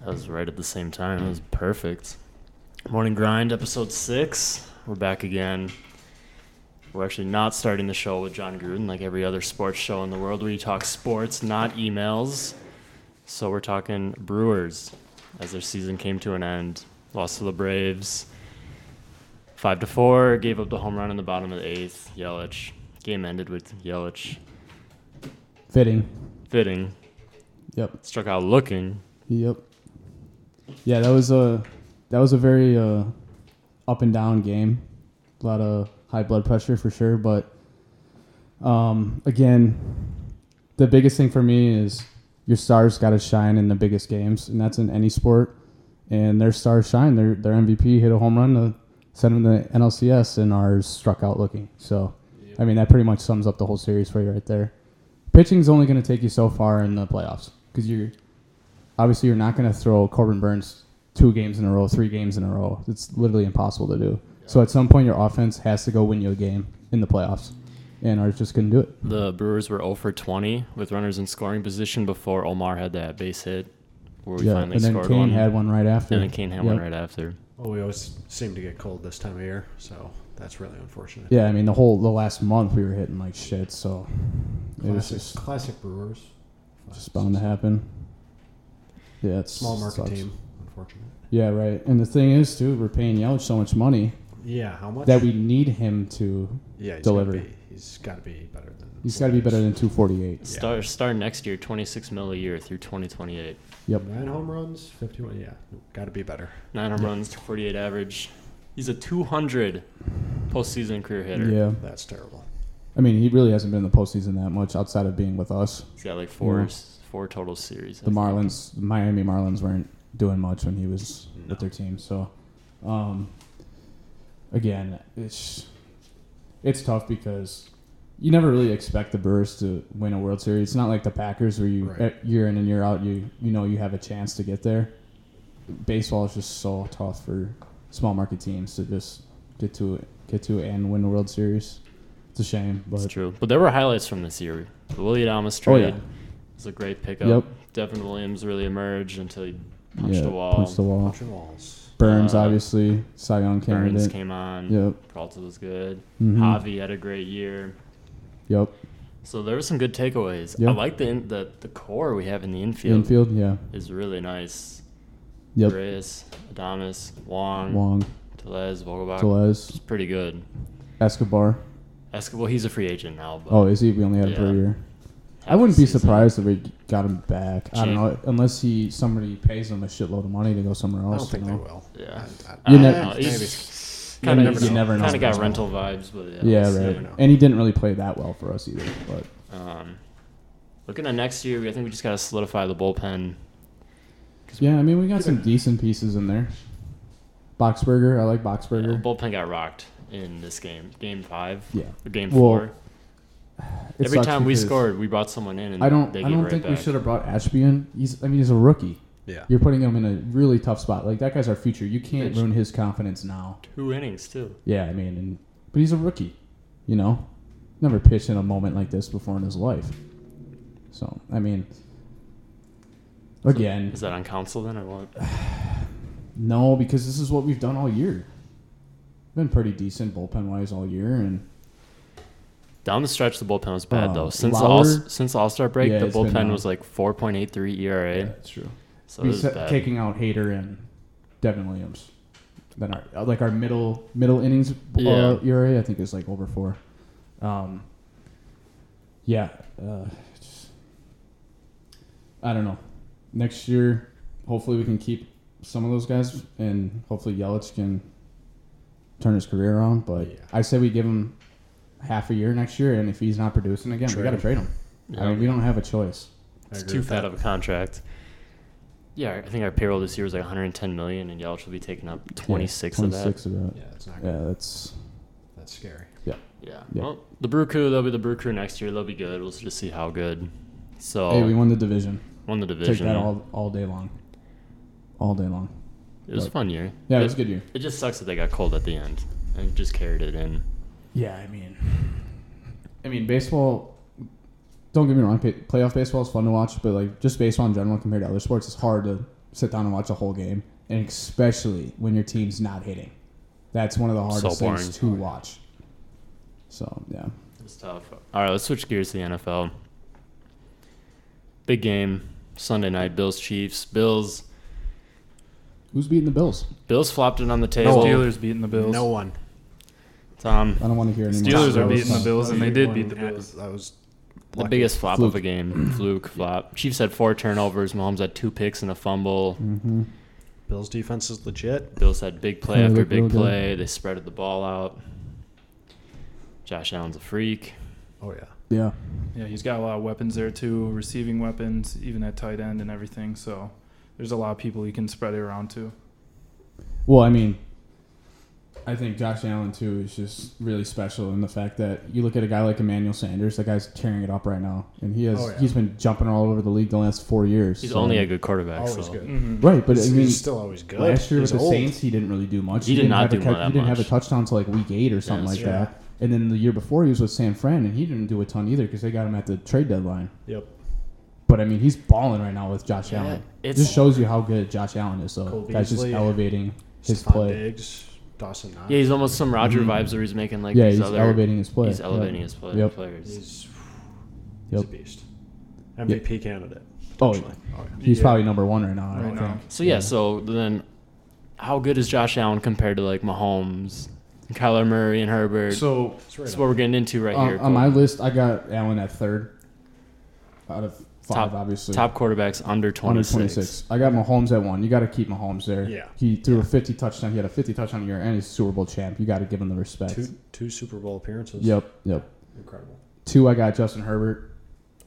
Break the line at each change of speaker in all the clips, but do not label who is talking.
That was right at the same time. It was perfect. Morning Grind, episode six. We're back again. We're actually not starting the show with John Gruden like every other sports show in the world where you talk sports, not emails. So we're talking Brewers as their season came to an end. Lost to the Braves. Five to four, gave up the home run in the bottom of the eighth. Yelich. Game ended with Yelich.
Fitting.
Fitting.
Yep.
Struck out looking.
Yep. Yeah, that was a that was a very uh, up and down game. A lot of high blood pressure for sure, but um, again, the biggest thing for me is your stars got to shine in the biggest games, and that's in any sport. And their stars shine. Their their MVP hit a home run to send them to NLCS, and ours struck out looking. So, I mean, that pretty much sums up the whole series for you right there. Pitching's only going to take you so far in the playoffs because you're obviously you're not going to throw Corbin Burns two games in a row, three games in a row. It's literally impossible to do. So at some point, your offense has to go win you a game in the playoffs, and ours just couldn't do it.
The Brewers were 0 for 20 with runners in scoring position before Omar had that base hit where we
yeah,
finally
and then
scored
Kane
one.
had one right after.
and then Kane had one
Yep.
right after.
Well, we always seem to get cold this time of year, so that's really unfortunate.
Yeah, I mean the whole the last month we were hitting like shit, so it was
classic,
just,
classic Brewers.
just bound to happen. Yeah, it's
Small market
sucks.
team, unfortunate.
Yeah, right. And the thing is, too, we're paying Yelich so much money
Yeah, how much?
that we need him to.
yeah, he's
deliver.
Gotta be, he's got to be better than.
He's got to be better than 248.
Yeah.
Star star next year, 26 mil a year through 2028.
Yep.
nine home runs, fifty-one. Yeah, got to be better.
Nine home runs, 48 average. He's a 200 postseason career hitter.
Yeah.
That's terrible.
I mean, he really hasn't been in the postseason that much outside of being with us.
He's got like four
Yeah.
s- four total series.
The Marlins, the Miami Marlins weren't doing much when he was with their team. So, um, again, it's it's tough because you never really expect the Brewers to win a World Series. It's not like the Packers where you
Right.
eh, year in and year out you you know you have a chance to get there. Baseball is just so tough for small market teams to just get to it, get to it and win the World Series. It's a shame,
That's
but
true. But there were highlights from this year. The Willie Adamas
Oh,
trade
yeah.
was a great pickup.
Yep.
Devin Williams really emerged until he punched
yeah,
the wall.
punch the wall.
Punching walls.
Burns,
Uh,
obviously, Cy Young
Burns
candidate.
came on.
Yep.
Peralta was good.
Mhm.
Javi had a great year.
Yep.
So there were some good takeaways.
Yeah.
I like the, in, the the core we have in the
The
infield.
Infield, yeah.
is really nice.
Yep.
Reyes, Adamas, Wong,
Wong,
Telez, Vogelbach.
Telez,
It's pretty good.
Escobar.
Escobar, he's a free agent now. But
Oh, is he? We only had him for
Yeah.
a year. I wouldn't be
Season.
surprised if we got him back. I
Cheap.
don't know, unless he somebody pays him a shitload of money to go somewhere
I
else.
don't think
you
they
know?
will.
Yeah.
I, I,
You
I,
never-
maybe.
You
Kind
never
of
know. You never know.
Kind of got rental vibes, but yeah.
Yeah,
we'll see.
right.
know.
And he didn't really play that well for us either. But
Um, looking at next year, I think we just got to solidify the bullpen.
yeah, I mean, we got some decent pieces in there. Boxberger, I like Boxberger.
The Uh, bullpen got rocked in this game, game five,
Yeah.
or game
Well,
four.
It
Every
sucks
time we
because
scored, we brought someone in, and
I don't.
They
I
gave it
don't
right
think
back.
we should have brought Ashby in. He's. I mean, he's a rookie.
Yeah.
You're putting him in a really tough spot. Like that guy's our future. You can't
Pitch.
ruin his confidence now.
Two innings too.
Yeah, I mean, and, but he's a rookie. You know, never pitched in a moment like this before in his life. So I mean, again,
Is that on council then, or what?
no, because this is what we've done all year. Been pretty decent bullpen wise all year, and
Down the stretch, the bullpen was bad
Uh,
though. Since
Lauer-
all since All Star break,
Yeah,
the
it's been
bullpen
down.
was like 4.83 ERA.
that's true.
E So it
We
was
set-
bad.
taking out Hader and Devin Williams. Then our uh, like our middle middle innings
Yeah.
uh, ERA I think is like over four. Um, yeah, uh, just- I don't know. Next year, hopefully we can keep some of those guys, and hopefully Yelich can turn his career around. But
Yeah.
I say we give him half a year next year, and if he's not producing again, we
Trade
got to
him.
trade him. I
Yeah.
mean, we don't have a choice.
I
it's
agree
too
with
fat
that.
of a contract. Yeah, I think our payroll this year was like 110 million, and Yelich will be taking up 26
yeah,
of that.
26 of that.
Yeah, it's not.
Yeah,
Good.
that's
That's scary.
Yeah.
Yeah.
Well, the Brew Crew, they'll be the Brew Crew next year. They'll be good. We'll just see how good. So
Hey, we
Oh.
won the division.
won the
Take
division.
that all, all day long. All day long.
it was a fun year.
Yeah,
it,
it was a good year.
It just sucks that they got cold at the end and just carried it in.
Yeah, I mean, I mean baseball. Don't get me wrong, pa- playoff baseball is fun to watch, but like just baseball in general compared to other sports, it's hard to sit down and watch a whole game, and especially when your team's not hitting. That's one of the hardest
boring.
things to watch. So yeah,
It's tough. All right, let's switch gears to the NFL. Big game Sunday night. Bills Chiefs. Bills.
who's beating the Bills?
Bills flopped it on the
The
table.
Steelers beating the Bills.
No one.
Tom,
I don't want to hear any more
Steelers are
Bills
beating the
talk.
Bills, and they did beat the
I-
Bills.
I was
the
lucky.
biggest flop
Fluke.
of a game. Fluke flop. Chiefs had four turnovers. Mahomes had two picks and a fumble.
Mm-hmm.
Bills defense is legit.
Bills had big play
Yeah, they
after
look real
big
good.
play. They spreaded the ball out. Josh Allen's a freak.
Oh yeah.
Yeah,
Yeah, he's got a lot of weapons there too, receiving weapons, even at tight end and everything. So there's a lot of people you can spread it around to.
Well, I mean, I think Josh Allen too is just really special in the fact that you look at a guy like Emmanuel Sanders, that guy's tearing it up right now, and he has
Oh, yeah.
he's been jumping all over the league the last four years.
He's
so-
only a good quarterback.
Always
so.
good.
right, but I
Mm. he's,
mean,
he's still always good.
last year
he's
with the
old.
Saints, he didn't really do much.
He did not
have
do
a,
that
He didn't have a
much.
touchdown until like week eight or something
Yes.
like
Yeah.
that. And then the year before, he was with San Fran, and he didn't do a ton either because they got him at the trade deadline.
Yep.
But I mean, he's balling right now with Josh
Yeah,
Allen. It
it's-
just shows you how good Josh Allen is. So
Cole
that's just
Beasley,
elevating his
Stephon
play.
Diggs, Dawson Knox.
Yeah, he's almost some Roger vibes where he's making like
Mm-hmm. yeah,
these
he's
other.
elevating his play.
He's
Yeah.
elevating his play,
Yep.
players.
He's, he's
Yep.
a beast. MVP candidate.
Oh,
potentially. oh yeah.
He's
Yeah.
probably number one right now. I
Right
don't
now.
think.
So yeah, so then, how good is Josh Allen compared to like Mahomes, Kyler Murray, and Herbert?
So
It's right
That's
up.
what we're getting into right
on,
here.
Uh, on my
Cole.
list, Um, I got Allen at third out of five,
Top-
obviously.
top quarterbacks under twenty
Under
six.
26. I got Mahomes at one. You got to keep Mahomes there.
Yeah.
He threw a 50 touchdown. He had a 50 touchdown year and he's a Super Bowl champ. You got to give him the respect.
two two Super Bowl appearances.
Yep. Yep.
Incredible.
Two, I got Justin Herbert.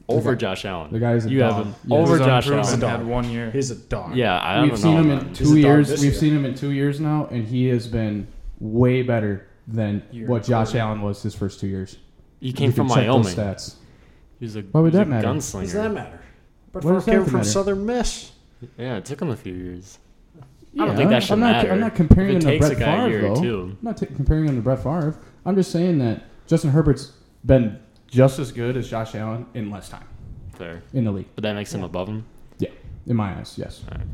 Over
The guy-
Josh Allen.
the guy's a
you
dog.
have him
Yeah.
over
Who's
Josh
unproven,
Allen.
had one year.
He's a dog.
Yeah, I don't
We've
know.
seen him
man.
in
He's
two
a dog
years.
this
We've
year.
seen him in two years now, and he has been way better than
Year
what Josh
before.
Allen was his first two years.
he
You
came from
can check those
Wyoming.
Stats.
He's a,
Why would
he's a
that matter?
What does that
gunslinger.
matter? But
What
for
does that
came from
matter?
Southern Miss.
Yeah, it took him a few years. I don't think
I'm-
that should
I'm not,
matter.
I'm not comparing
If it
him to
takes
Brett
a guy a
Favre,
year or
though.
two.
I'm not t- comparing him to Brett Favre. I'm just saying that Justin Herbert's been just as good as Josh Allen in less time
Fair,
in the league.
but that makes him above him.
Yeah, in my eyes, yes.
All right.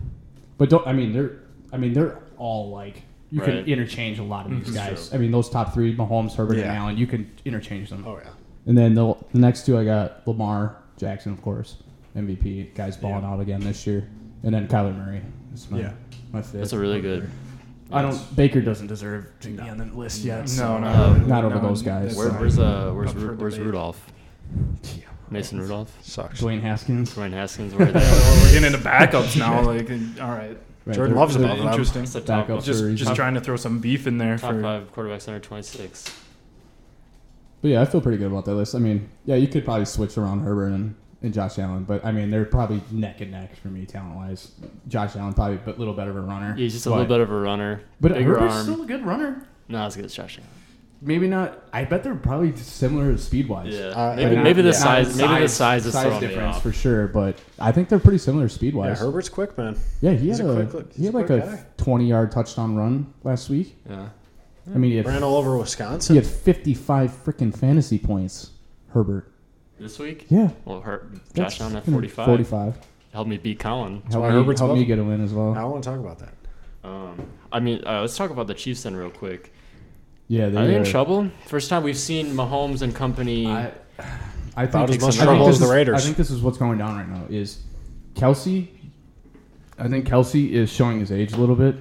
But don't. I mean, they're. I mean, they're all like you
Right. Mm-hmm.
can interchange a lot of these guys. I mean, those top three: Mahomes, Herbert,
Yeah.
and Allen. You can interchange them.
Oh yeah.
And then the, the next two, I got Lamar Jackson, of course, MVP. Guys balling out again this year. And then Kyler Murray. Is my,
Yeah.
my fifth.
That's a really good.
I don't. Baker doesn't deserve to be on the list yet.
no, no,
Uh,
not over those guys.
that's
Where,
fine.
where's uh, where's
Up for
Ru- where's
debate.
Rudolph? Mason Rudolph,
Sucks.
Dwayne Haskins.
Dwayne Haskins, where are they?
Yeah, well, we're getting into backups now. Like, and- all right,
Right,
Jordan
they're-
Love's
they're
above them.
interesting.
That's the top,
Backup.
Just
For a
just
reason.
trying to throw some beef in there
top
for
five quarterbacks under twenty six.
But yeah, I feel pretty good about that list. I mean, yeah, you could probably switch around Herbert and, and Josh Allen, but I mean, they're probably neck and neck for me talent wise. Josh Allen probably a little better of a runner.
Yeah, he's just a
but,
little bit of a runner,
But
bigger
Herbert's
arm.
still a good runner.
Not as good as Josh Allen.
Maybe not. I bet they're probably similar speed wise.
Yeah,
Uh,
maybe,
and
maybe the
not- yeah.
size, maybe the size is throwing me
difference
off.
for sure, but I think they're pretty similar speed
Yeah,
wise.
Herbert's quick man.
Yeah, he
He's
had
a
a,
quick look-
he had
he's a
like
quick
a
guy.
twenty yard touchdown run last week.
Yeah,
I mean, he had,
Ran all over
he
Wisconsin.
had fifty five freaking fantasy points. Herbert.
this week.
Yeah,
Well, her,
that's
Josh Allen at
freaking
forty five.
Forty five.
Helped me beat Colin.
Help
why
me,
Herbert's
help
above
me
him.
get a win as
I
well.
want to talk about that.
Um, I mean, uh, let's talk about the Chiefs then real quick.
Yeah, they
Are they in
are-
trouble? First time we've seen Mahomes and company.
I, I think
About as
this-
much
I think
trouble
this
as the
is-
Raiders.
I think this is what's going down right now. Is Kelsey? I think Kelsey is showing his age a little bit,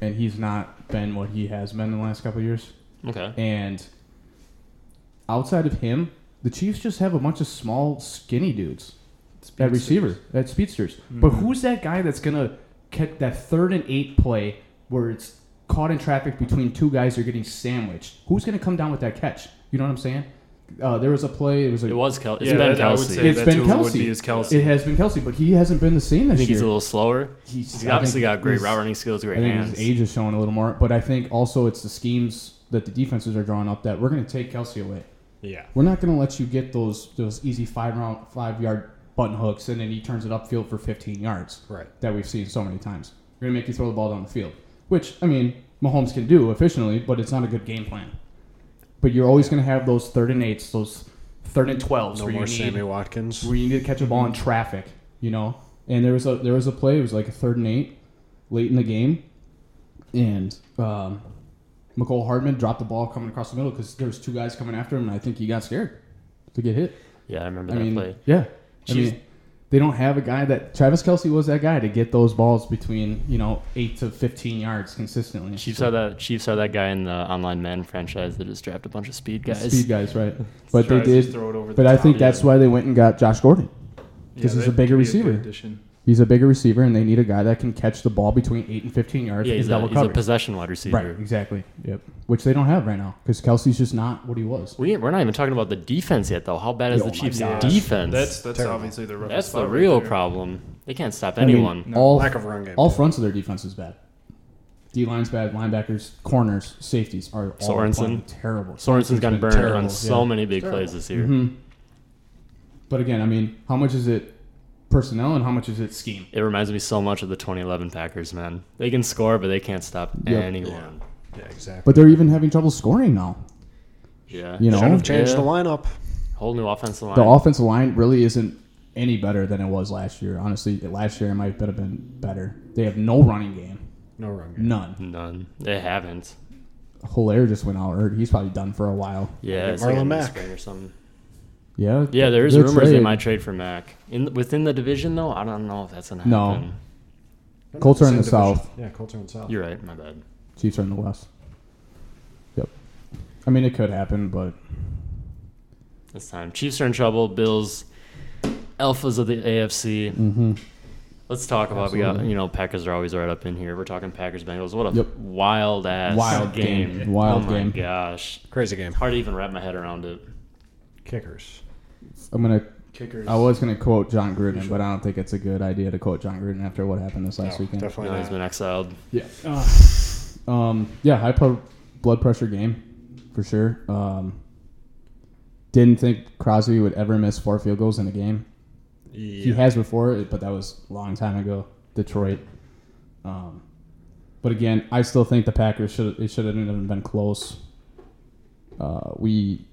and he's not been what he has been in the last couple of years.
okay.
And outside of him, the Chiefs just have a bunch of small, skinny dudes at receiver, at speedsters. But who's that guy that's gonna catch that third and eight play where it's caught in traffic between two guys who are getting sandwiched? Who's gonna come down with that catch? You know what I'm saying? Uh, there was a play. It was a.
It was Kel- it's
Yeah,
been
that- I would
Kelsey.
say-
it's
that's
been
who it would
Kelsey.
be is Kelsey.
It has been Kelsey, but he hasn't been the same
I think
this
he's
ye's
a
year.
little slower.
He's,
He's obviously got great
he's-
route running skills,
I
great
think
hands.
his age is showing a little more, but I think also it's the schemes that the defenses are drawing up that we're going to take Kelsey away.
Yeah.
We're not going to let you get those those easy five round five yard button hooks, and then he turns it upfield for 15 yards.
Right.
That we've seen so many times. We're going to make you throw the ball down the field, which I mean Mahomes can do efficiently, but it's not a good game plan. But you're always going to have those third and eights, those third and twelves,
No
where you
more
need
Sammy Watkins.
Mm-hmm.
where you need to catch a ball in traffic, you know. And there was a there was a play. It was like a third and eight, late in the game, and um, McCole Hardman dropped the ball coming across the middle because there was two guys coming after him, and I think he got scared to get hit.
Yeah, I remember
I
that
mean,
play.
yeah. I
Chiefs-
mean, they don't have a guy that Travis Kelsey was that guy to get those balls between you know eight to fifteen yards consistently.
Chiefs are that Chiefs are that guy in the online men franchise that just draft a bunch of speed guys.
Speed guys, right? But they
Tries to
did.
throw it over
But
the
I
top.
think
yeah.
that's why they went and got Josh Gordon.
Yeah,
'cause he's
that
a bigger
could be
receiver.
good addition.
He's a bigger receiver, and they need a guy that can catch the ball between eight and fifteen yards
Yeah,
in
he's, a,
double
he's a
coverage.
possession wide receiver.
right, exactly. Yep. Which they don't have right now because Kelsey's just not what he was.
We, we're not even talking about the defense yet, though. How bad is
Oh
the
my
Chiefs'
gosh.
defense?
That's that's
Terrible.
obviously the roughest
That's the
spot right
real
there.
problem. They can't stop
I mean,
anyone.
No.
all
Lack of run game.
all fronts of their defense is bad. D line's bad, linebackers, corners, safeties are all
Sorensen.
fucking terrible.
Sorensen's
Sorensen's
gotten
been
burned
terrible,
on so
yeah.
many big
Terrible.
plays this year.
Mhm. But again, I mean, how much is it personnel and how much is it scheme?
It reminds me so much of the 2011 Packers, man. They can score, but they can't stop
Yep.
anyone.
Yeah, exactly.
But they're even having trouble scoring now.
Yeah.
You know,
Should have changed
Yeah.
the lineup.
Whole new offensive line.
the offensive line really isn't any better than it was last year. Honestly, last year it might have been better. They have no running game,
No run game.
none.
None. They haven't.
Hilaire just went out hurt. He's probably done for a while.
Yeah,
Get
it's like
Marlon
in the
Mack.
spring or something.
Yeah,
Yeah, there is
they're
rumors they
traded.
might trade for Mack in within the division, though. I don't know if that's gonna happen.
No.
They're not
Mm. Colts are in
same
the
division.
South.
Yeah, Colts are in the South.
you're right. My bad.
Chiefs are in the West. Yep. I mean, it could happen, but
This time, Chiefs are in trouble. Bills, alphas of the AFC. Let's talk about we got
Mm-hmm. Absolutely.
you know Packers are always right up in here. We're talking Packers Bengals. What a
Yep.
wild ass
Wild
game.
game. Wild
oh
game.
my gosh,
Crazy game.
hard to even wrap my head around it.
Kickers.
I'm gonna.
Kickers.
I was gonna quote John Gruden, but I don't think it's a good idea to quote John Gruden after what happened this
No,
last weekend.
You know,
definitely
he's
not.
been exiled.
Yeah.
Ah,
um. Yeah. High pro- blood pressure game, for sure. Um. Didn't think Crosby would ever miss four field goals in a game. He
Yeah.
has before, but that was a long time ago. Detroit. Um, but again, I still think the Packers should it should have even been close. Uh, we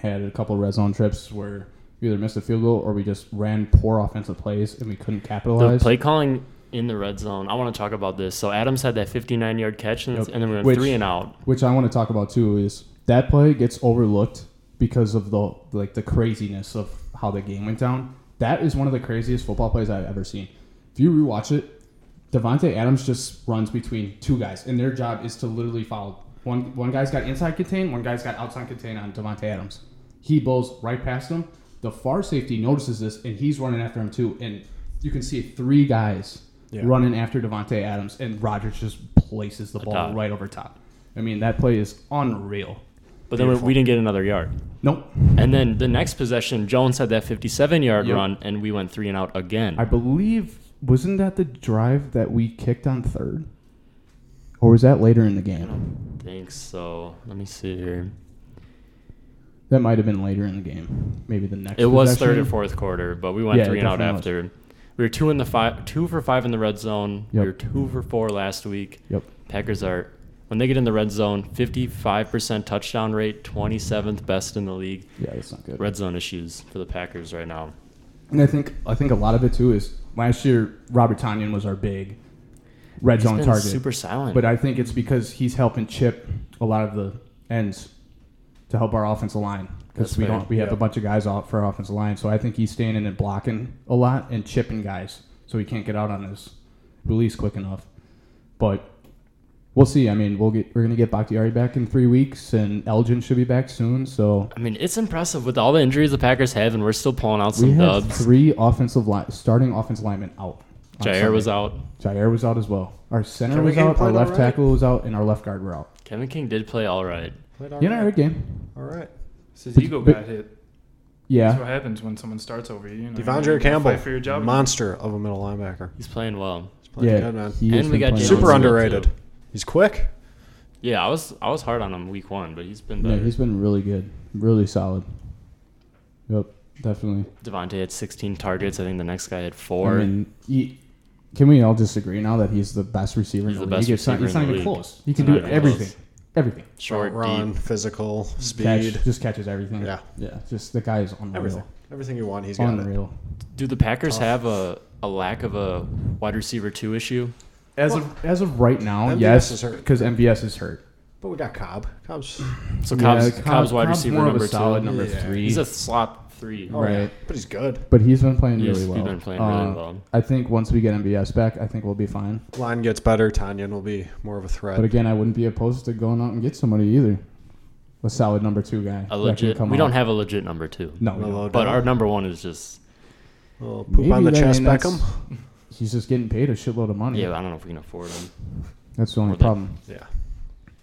had a couple red zone trips where we either missed a field goal or we just ran poor offensive plays and we couldn't
The
capitalize.
play calling in the red zone. I want to talk about this. So Adams had that 59 yard catch, and,
Yep.
and then we went
Which-
three and out.
which I want to talk about too is that play gets overlooked because of the like the craziness of how the game went down. That is one of the craziest football plays I've ever seen. If you rewatch it, Devonte Adams just runs between two guys, and their job is to literally follow one. One guy's got inside contain, one guy's got outside contain on Devonte Adams. He blows right past him. The far safety notices this, and he's running after him too. And you can see three guys
Yeah.
running after Devonte Adams, and Rogers just places the ball
dot.
right over top. I mean, that play is unreal.
But then we, we didn't get another yard.
Nope.
And then the next possession, Jones had that 57 yard
Yep.
run, and we went three and out again.
I believe wasn't that the drive that we kicked on third, or was that later in the
I
game?
don't think so. Let me see here.
That might have been later in the game. Maybe the next.
It was
possession.
third or fourth quarter, but we went
Yeah, it
three and out
definitely was.
after. We were two in the five, two for five in the red zone.
Yep.
We were two for four last week.
Yep.
Packers are when they get in the red zone, fifty-five percent touchdown rate, twenty-seventh best in the league.
Yeah, that's not good.
Red zone issues for the Packers right now.
And I think I think a lot of it too is last year Robert Tanyan was our big red
He's
zone
been
target.
super silent.
But I think it's because he's helping chip a lot of the ends to help our offensive line
That's
because we
fair.
don't we have
Yeah.
a bunch of guys off for our offensive line. So I think he's standing and blocking a lot and chipping guys, so he can't get out on his release quick enough. But we'll see. I mean, we'll get we're gonna get Bakhtiari back in three weeks, and Elgin should be back soon. So
I mean, it's impressive with all the injuries the Packers have, and we're still pulling out
we
some
have
dubs.
three offensive line starting offensive linemen out. on
Jair was
Sunday.
out.
Jair was out as well. Our center
Can we
was
get him
out. Our
played
left
alright?
tackle was out, and our left guard were out.
Kevin King did play all right.
Played all
You know,
right.
good game.
All right.
It's his
But-
ego
but-
got hit. That's
Yeah,
what happens when someone starts over you. you know, you
Devondre
gotta
Campbell,
fight for your job.
monster of a middle linebacker.
He's playing well.
He's playing
yeah.
good, man.
he has
And we
been
got
playing
Jalen
Super
Smith,
well.
underrated.
too.
He's quick.
Yeah, I was I was hard on him week one, but he's been
Yeah,
better.
he's been really good, really solid. Yep, definitely.
Devontae had 16 targets. I think the next guy had four.
I mean, he, can we all disagree now that he's the best receiver?
He's
in the,
the
league?
best
It's not,
receiver
it's
in
not
the
even
league.
close. He can
Not
do
even
everything,
close.
everything.
Short,
run,
deep.
physical, speed.
Catch, just catches everything.
Yeah.
yeah. Just the guy is unreal.
Everything. Everything you want, he's got it.
Unreal.
Do the Packers have a, a lack of a wide receiver two issue?
As of as of right now,
MVS
yes,
is hurt.
because MBS is hurt.
But we got Cobb. Cobb's
So Cobb's, Cobb's, wide receiver
more
number
of a solid
two.
number
Yeah.
three.
He's a slot three.
oh, yeah.
Right.
but he's good.
but he's been playing
He's-
really well.
he's been playing really
Uh,
well.
I think once we get MBS back, I think we'll be fine.
Line gets better. Tanyan will be more of a threat.
But again, I wouldn't be opposed to going out and get somebody either. A solid number two guy. that
A
can
legit.
come
We don't
out.
have a legit number two.
No, we
Little
don't.
But
Odell.
our number one is just.
Little poop
Maybe
on the
that- I
chest,
mean, that's-
Beckham.
he's just getting paid a shitload of money.
Yeah, I don't know if we can afford him.
that's the only
Or the-
problem.
Yeah,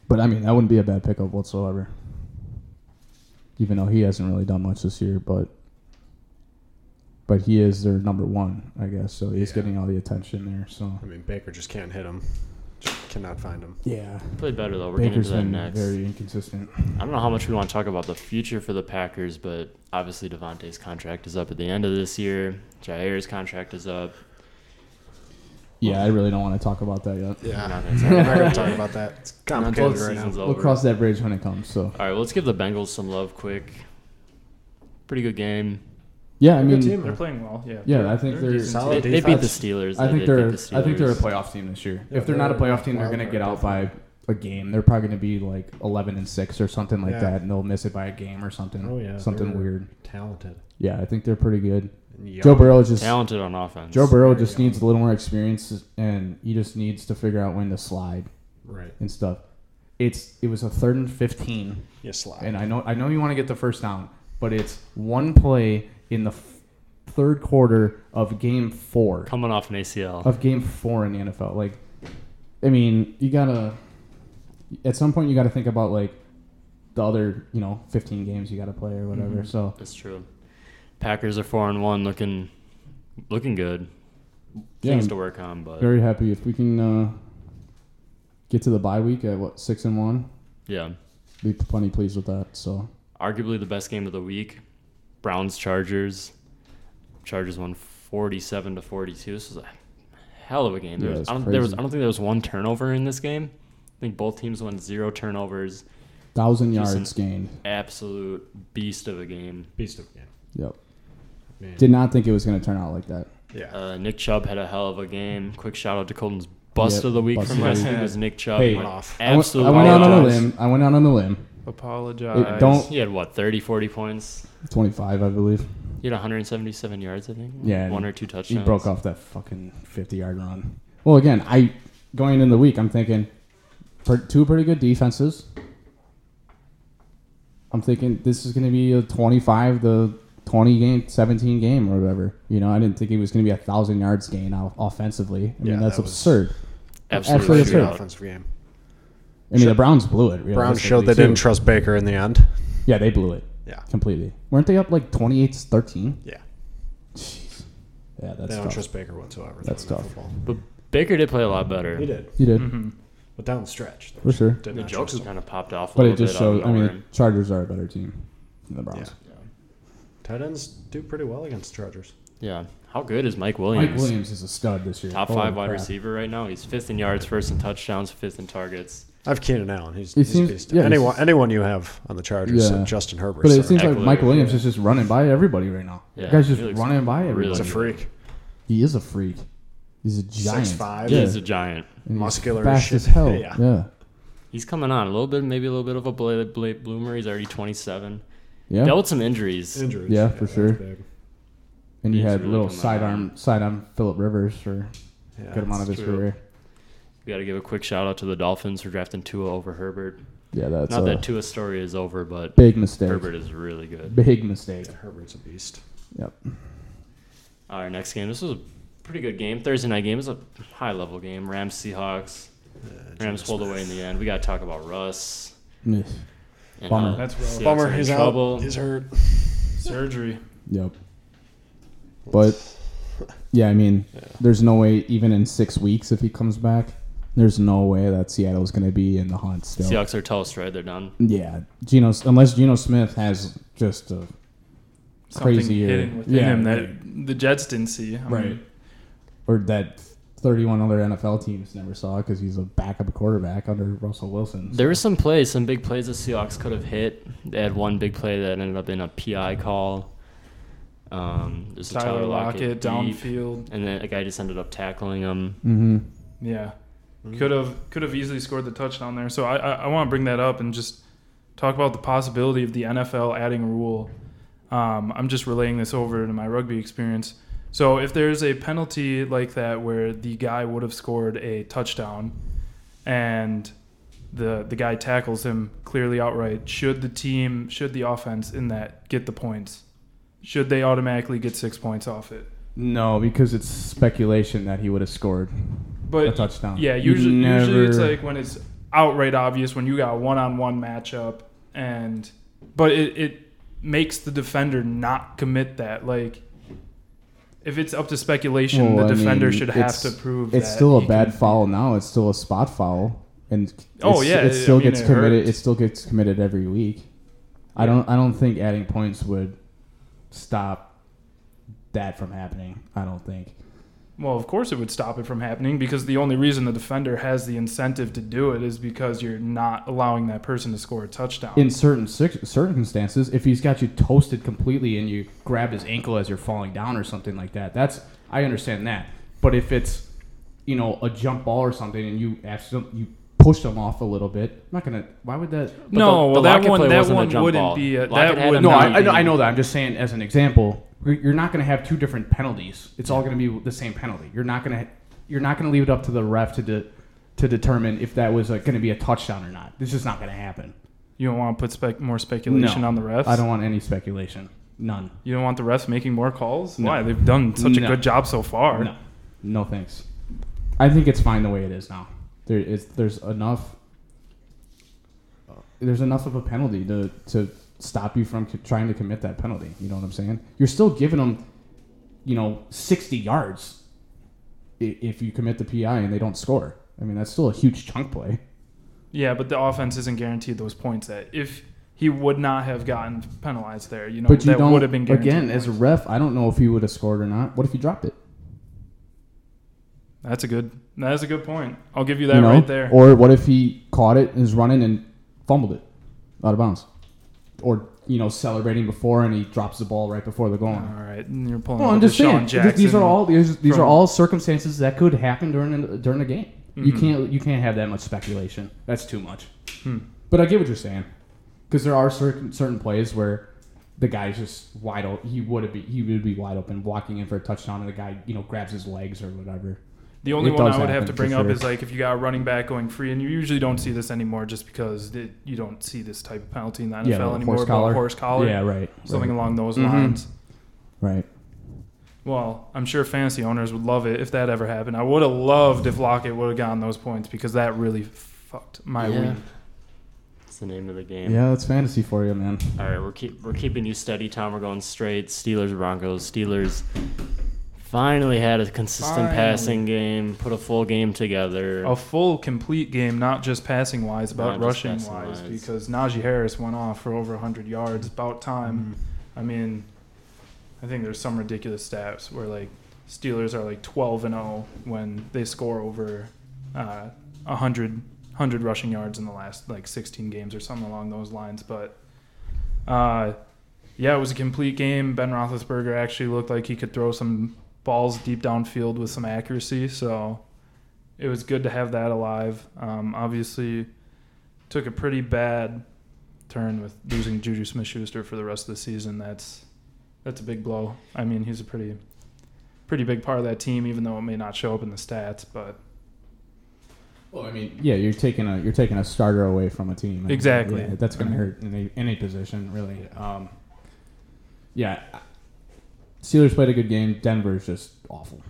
But I mean, that wouldn't be a bad pickup whatsoever. Even though he hasn't really done much this year, but but he is their number one, I guess. So he's
Yeah.
getting all the attention there. So
I mean Baker just can't hit him. Just cannot find him.
yeah,
Played better though. We're getting
Baker's
into that
been
next.
very inconsistent.
I don't know how much we want to talk about the future for the Packers, but obviously Devontae's contract is up at the end of this year. Jair's contract is up.
Yeah, I really don't want to talk about that yet.
We're
Yeah,
not gonna talk
we're not
about
gonna
it.
talk about that. It's
Until the
complicated right now.
season's
We'll
over.
cross that bridge when it comes. So
All right, well, let's give the Bengals some love quick. Pretty good game.
yeah, I
They're a good
mean,
team.
They're playing well. Yeah.
Yeah, I think they're-
decent.
Solid.
They,
Oh,
they beat the
defense.
Steelers.
I
They
think
did
they're
beat the
I think they're a
Steelers.
playoff team this year.
Yeah,
if they're not a
they're
playoff team, they're
wild
going to
card,
get out by a game. They're probably going to be like eleven and six or something like
Yeah.
that, and they'll miss it by a game or something.
Oh, yeah,
something
they're-
weird.
Talented.
Yeah, I think they're pretty good.
And young.
Joe Burrow just
talented on offense.
Joe Burrow just
young.
needs a little more experience, and he just needs to figure out when to slide
Right.
and stuff. It's it was a third and fifteen,
You slide.
and uh, I know I know you want to get the first down, but it's one play in the f- third quarter of game four
coming off an ACL.
of game four in the NFL. Like, I mean, you gotta at some point you gotta think about like the other you know fifteen games you gotta play or whatever. So
That's true. Packers are four and one, looking looking good.
Yeah.
Things to work on, but
very happy if we can uh, get to the bye week at what six and one.
yeah,
Be plenty pleased with that. So
arguably the best game of the week. Browns Chargers. Chargers won forty-seven to forty-two. This was a hell of a game. There,
Yeah, it
was,
was
I don't, there was I
crazy.
don't think there was one turnover in this game. I think both teams won zero turnovers.
thousand
Decent.
yards gained.
Absolute beast of a game.
Beast of a game.
Yep.
Man.
Did not think it was going to turn out like that.
yeah.
Uh, Nick Chubb had a hell of a game. Quick shout out to Colton's bust
Yep,
of the week
bust
from
of the
last
week.
week was Nick Chubb.
Hey,
Went
off.
I went-
Absolutely.
I went out on a
wild.
limb. I went out on a limb.
Apologize.
It don't-
He had what 30, 40 points.
Twenty-five, I believe.
He had 177 yards, I think.
Yeah,
one
and
or two
He
touchdowns.
broke off that fucking fifty-yard run. Well, again, I going into the week, I'm thinking per, two pretty good defenses. I'm thinking this is going to be a twenty-five to twenty game, seventeen game or whatever. You know, I didn't think it was going to be a thousand yards gain o- offensively. I mean,
Yeah,
that's
that was-
absurd.
Absolutely.
Actually,
shootout.
that's
offensive game.
I mean,
Sure.
the Browns blew it.
Browns
realistically,
showed they
too.
didn't trust Baker in the end.
Yeah, they blew it
Yeah.
completely. Weren't they up like 28 to 13?
Yeah.
Jeez. Yeah,
They
that's
don't
tough.
trust Baker whatsoever.
That's
throwing
tough.
that football.
But Baker did play a lot better.
He did.
you did,
But down the stretch. they
for sure.
Did
The
not
jokes
trust him.
kind of popped off. A
But it
little
just
bit out of
shows, I mean,
nowhere.
the Chargers are a better team than the Browns.
Yeah. Tight ends do pretty well against the Chargers.
yeah. How good is Mike Williams?
Mike Williams is a stud this year.
Top
Holy
five wide
crap.
receiver right now. He's fifth in yards, first in touchdowns, fifth in targets.
I have Keenan Allen. He's,
It
he's
seems-
a beast.
yeah,
anyone,
it's-
anyone you have on the Chargers,
Yeah.
and Justin Herbert.
But it seems like
Eckler,
Mike Williams is just running by everybody right now.
Yeah,
The guy's just
he looks
running by everybody.
really
he's a freak.
He is a freak. He's a giant.
6'5".
Yeah.
He's a giant.
And he's
muscular as
Fast
shit.
as hell.
Yeah.
Yeah. yeah.
Yeah.
He's coming on a little bit, maybe a little bit of a blade, blade bloomer. He's already 27. Dealt with some injuries.
Injuries.
Yeah, for
that's
sure.
big.
And you
He's
had
really
little
coming on.
sidearm, sidearm Philip Rivers for
Yeah.
a good amount of his
true.
career.
We got to give a quick shout out to the Dolphins for drafting Tua over Herbert.
Yeah, that's
Not
a
that Tua's story is over, but
big mistake.
Herbert is really good.
Big mistake.
Herbert's a beast.
Yep.
All right, next game. This was a pretty good game. Thursday night game. It was a high level game. Rams Seahawks. Rams pulled away in the end. We got to talk about Russ.
Yes.
and
Bummer.
how
That's
Seahawks
rough.
are
Bummer,
in
he's
trouble.
out. He's hurt.
Surgery.
Yep. But yeah, I mean, there's no way even in six weeks if he comes back, there's no way that Seattle's going to be in the hunt still.
Seahawks are toast, right? They're done.
Yeah, Geno unless Geno Smith has just a
Something
Crazy year.
hidden within
Yeah.
him that the Jets didn't see. I mean,
Right. or that 31 other NFL teams never saw because he's a backup quarterback under Russell Wilson.
There were some plays, some big plays the Seahawks could have hit. They had one big play that ended up in a PI call. Um, there's a
Tyler Lockett,
deep,
downfield.
and then a guy just ended up tackling him.
Mm-hmm.
Yeah. Could have could have easily scored the touchdown there. So I I, I want to bring that up and just talk about the possibility of the NFL adding a rule. Um, I'm just relaying this over to my rugby experience. So if there's a penalty like that where the guy would have scored a touchdown, and the the guy tackles him clearly outright, should the team should the offense in that get the points? Should they automatically get six points off it?
No, because it's speculation that he would have scored
But
a touchdown.
yeah,
You
usually usually it's
never-
like when it's outright obvious when you got a one on one matchup and but it, it makes the defender not commit that. Like if it's up to speculation,
Well, I
the defender
mean,
should have
it's-
to prove
It's
that
still a
he
bad
can-
foul now. It's still a spot foul, and it's,
Oh, yeah,
it
I
still
mean,
gets
it
committed.
hurts.
It still gets committed every week. I don't. I don't think adding points would stop that from happening. I don't think.
Well, of course it would stop it from happening because the only reason the defender has the incentive to do it is because you're not allowing that person to score a touchdown.
In certain cir- circumstances, if he's got you toasted completely and you grabbed his ankle as you're falling down or something like that, that's I understand that. But if it's you know a jump ball or something and you actually you pushed him off a little bit, I'm not gonna. Why would that?
But
no,
the- the
well, that
Lockett
one
play
that
wasn't a
one
jump
wouldn't
ball.
be a, that
Lockett had
would
a
No,
No,
I, I,
you
know, I
didn't.
know that. I'm just saying, as an example, you're you're not going to have two different penalties. It's all going to be the same penalty. You're not going to you're not going to leave it up to the ref to de- to determine if that was going to be a touchdown or not. This is not going to happen.
You don't want to put spec- more speculation
No.
on the refs.
I don't want any speculation. None.
You don't want the refs making more calls?
No.
Why? They've done such
No.
a good job so far.
No, no thanks. I think it's fine the way it is now. There is there's enough. There's enough of a penalty to to stop you from c- trying to commit that penalty. You know what I'm saying? You're still giving them, you know, 60 yards i- if you commit the PI and they don't score. I mean, that's still a huge chunk play.
Yeah, but the offense isn't guaranteed those points that if he would not have gotten penalized there, you know,
but you
that
don't.
would have been guaranteed.
again, as a
points.
ref, I don't know if he would have scored or not. What if he dropped it?
That's a good that is a good point. I'll give you that
you know?
right there.
Or what if he caught it and is running and fumbled it out of bounds? Or, you know, celebrating before and he drops the ball right before the goal.
all
line.
right, and you're pulling
Well,
up
I'm just
the Sean
saying th- these
Jackson.
are all these, these are
from-
all circumstances that could happen during a, during a game. You
Mhm.
can't you can't have that much speculation. That's too much.
Hmm.
But I get what you're saying because there are certain certain plays where the guy's just wide open. He would be he would be wide open, walking in for a touchdown, and the guy you know grabs his legs or whatever.
The only
It
one
does
I would have
happen,
to
for
bring up
sure.
is like if you got a running back going free, and you usually don't see this anymore, just because it, you don't see this type of penalty in the NFL
Yeah, the
anymore.
horse
about
collar.
horse collar,
Yeah, right.
something
right,
along those
Mhm.
lines.
right.
Well, I'm sure fantasy owners would love it if that ever happened. I would have loved if Lockett would have gotten those points because that really fucked my
Yeah.
week.
It's the name of the game.
Yeah, that's fantasy for you, man.
All right, we're keep we're keeping you steady, Tom. We're going straight. Steelers, Broncos. Steelers finally had a consistent
Finally. Oh,
passing game. Put a full game together.
A full, complete game, not just passing wise, but
Not just
rushing
passing
wise,
wise.
because Najee Harris went off for over 100 yards. About time.
Mm-hmm.
I mean, I think there's some ridiculous stats where like Steelers are like 12 and 0 when they score over uh, 100 100 rushing yards in the last like 16 games or something along those lines. But uh, yeah, it was a complete game. Ben Roethlisberger actually looked like he could throw some balls deep downfield with some accuracy. So it was good to have that alive. Um, obviously, took a pretty bad turn with losing Juju Smith-Schuster for the rest of the season. That's that's a big blow. I mean, he's a pretty pretty big part of that team, even though it may not show up in the stats. But
Well, I mean, yeah, you're taking a you're taking a starter away from a team. And,
Exactly.
yeah, that's going
I
to
mean-
hurt in any, any position, really. Um, yeah, Steelers played a good game. Denver's just awful.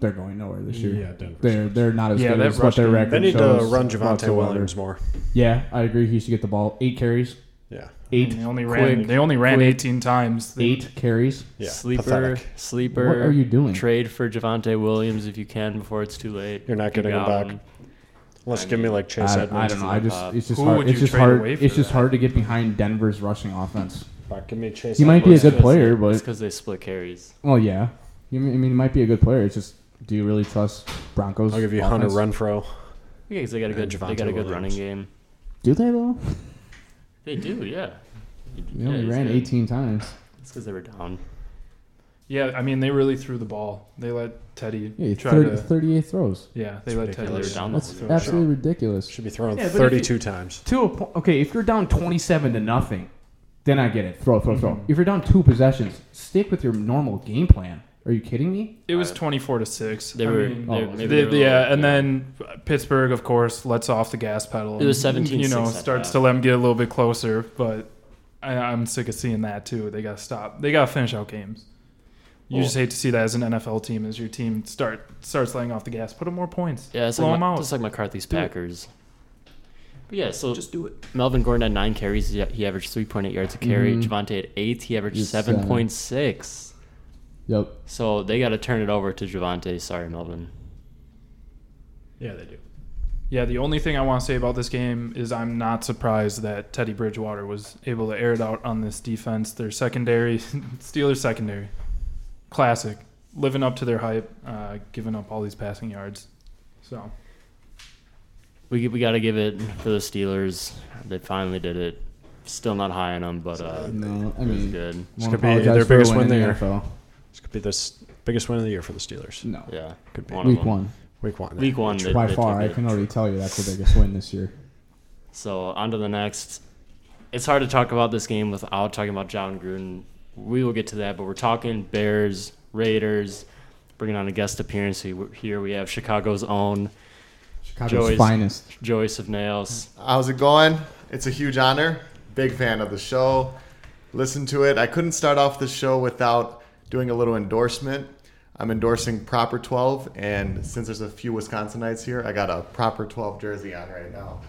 They're going nowhere this year.
Yeah, Denver's
They're they're not as
Yeah,
good
that
as what
rush
their
game-
record
They need to
shows
run Javante
whatsoever.
Williams more.
Yeah, I agree. He should get the ball. Eight carries.
Yeah.
Eight.
they only
quick,
ran they only ran
quick,
18 times. They-
Eight carries.
Yeah.
sleeper,
Pathetic.
sleeper.
What are you doing?
Trade for Javante Williams if you can before it's too late.
You're not
You
getting him
got
back. Unless you give me like Chase
I,
Edmonds.
I don't know. I just it's just
Who
hard.
would
It's
you
just
trade
hard.
away for
It's just
that?
hard to get behind Denver's rushing offense.
Fuck, give me Chase
He might be a
Edmonds.
good player, but
It's because they split carries.
Well, yeah. You mean, I mean, he might be a good player. It's just, do you really trust Broncos?
I'll give you
offense?
Hunter Renfro.
Yeah, because they got a
And
good they
Javonte
got a good
Williams.
running game.
Do they though?
They do, yeah.
They only ran 18 times.
It's because they were down.
Yeah, I mean they really threw the ball. They let Teddy
Yeah,
try
30,
to.
38 throws.
Yeah, they
It's
let
Yeah, they
Teddy.
were
ridiculous.
down the
That's
whole
Yeah.
absolutely ridiculous.
Should be thrown
Yeah, but if you-
32 times.
To a point. Okay, if you're down 27 to nothing, then I get it. Throw, throw, throw.
Mhm.
If you're down two possessions, stick with your normal game plan. Are you kidding me?
It was twenty four to six.
They
I
were,
mean,
they-
oh,
maybe
They-
they were
yeah,
like-
and then Pittsburgh, of course, lets off the gas pedal.
It was
and,
17-6
You know,
at
starts
half.
to let them get a little bit closer, but I, I'm sick of seeing that too. They got to stop. They got to finish out games. You
Well-
just hate to see that as an NFL team, as your team start starts letting off the gas, put up more points.
yeah, it's
blow
like,
'em
Ma-
out.
just like McCarthy's
Do it.
Packers. But yeah, so
Just do it.
Melvin Gordon had nine carries. He he averaged 3.8 yards a carry.
Mhm.
Javante had eight. He averaged
Yes, uh,
7.6.
Yep.
So they got to turn it over to Javante. Sorry, Melvin.
Yeah, they do.
Yeah, the only thing I want to say about this game is I'm not surprised that Teddy Bridgewater was able to air it out on this defense. Their secondary, Steelers secondary, classic, living up to their hype, uh, giving up all these passing yards. So
We, we got to give it for the Steelers. They finally did it. Still not high on them, but uh,
No, I
it was
mean,
good.
won't
It's gonna be
apologize
their
for a
biggest
win
win
in the
there.
NFL.
This could be the s- biggest win of the year for the Steelers.
No.
Yeah.
Could be.
One of
Week
them.
one.
Week one.
Week one. They,
By
they
far,
took
I
it.
can already tell you that's the biggest win this year.
So on to the next. It's hard to talk about this game without talking about John Gruden. We will get to that, but we're talking Bears, Raiders, bringing on a guest appearance. He- Here we have Chicago's own
Chicago's
Joey's-
finest.
Joey Nails.
How's it going? It's a huge honor. Big fan of the show. Listen to it. I couldn't start off the show without doing a little endorsement. I'm endorsing Proper 12, and since there's a few Wisconsinites here, I got a Proper 12 jersey on right now.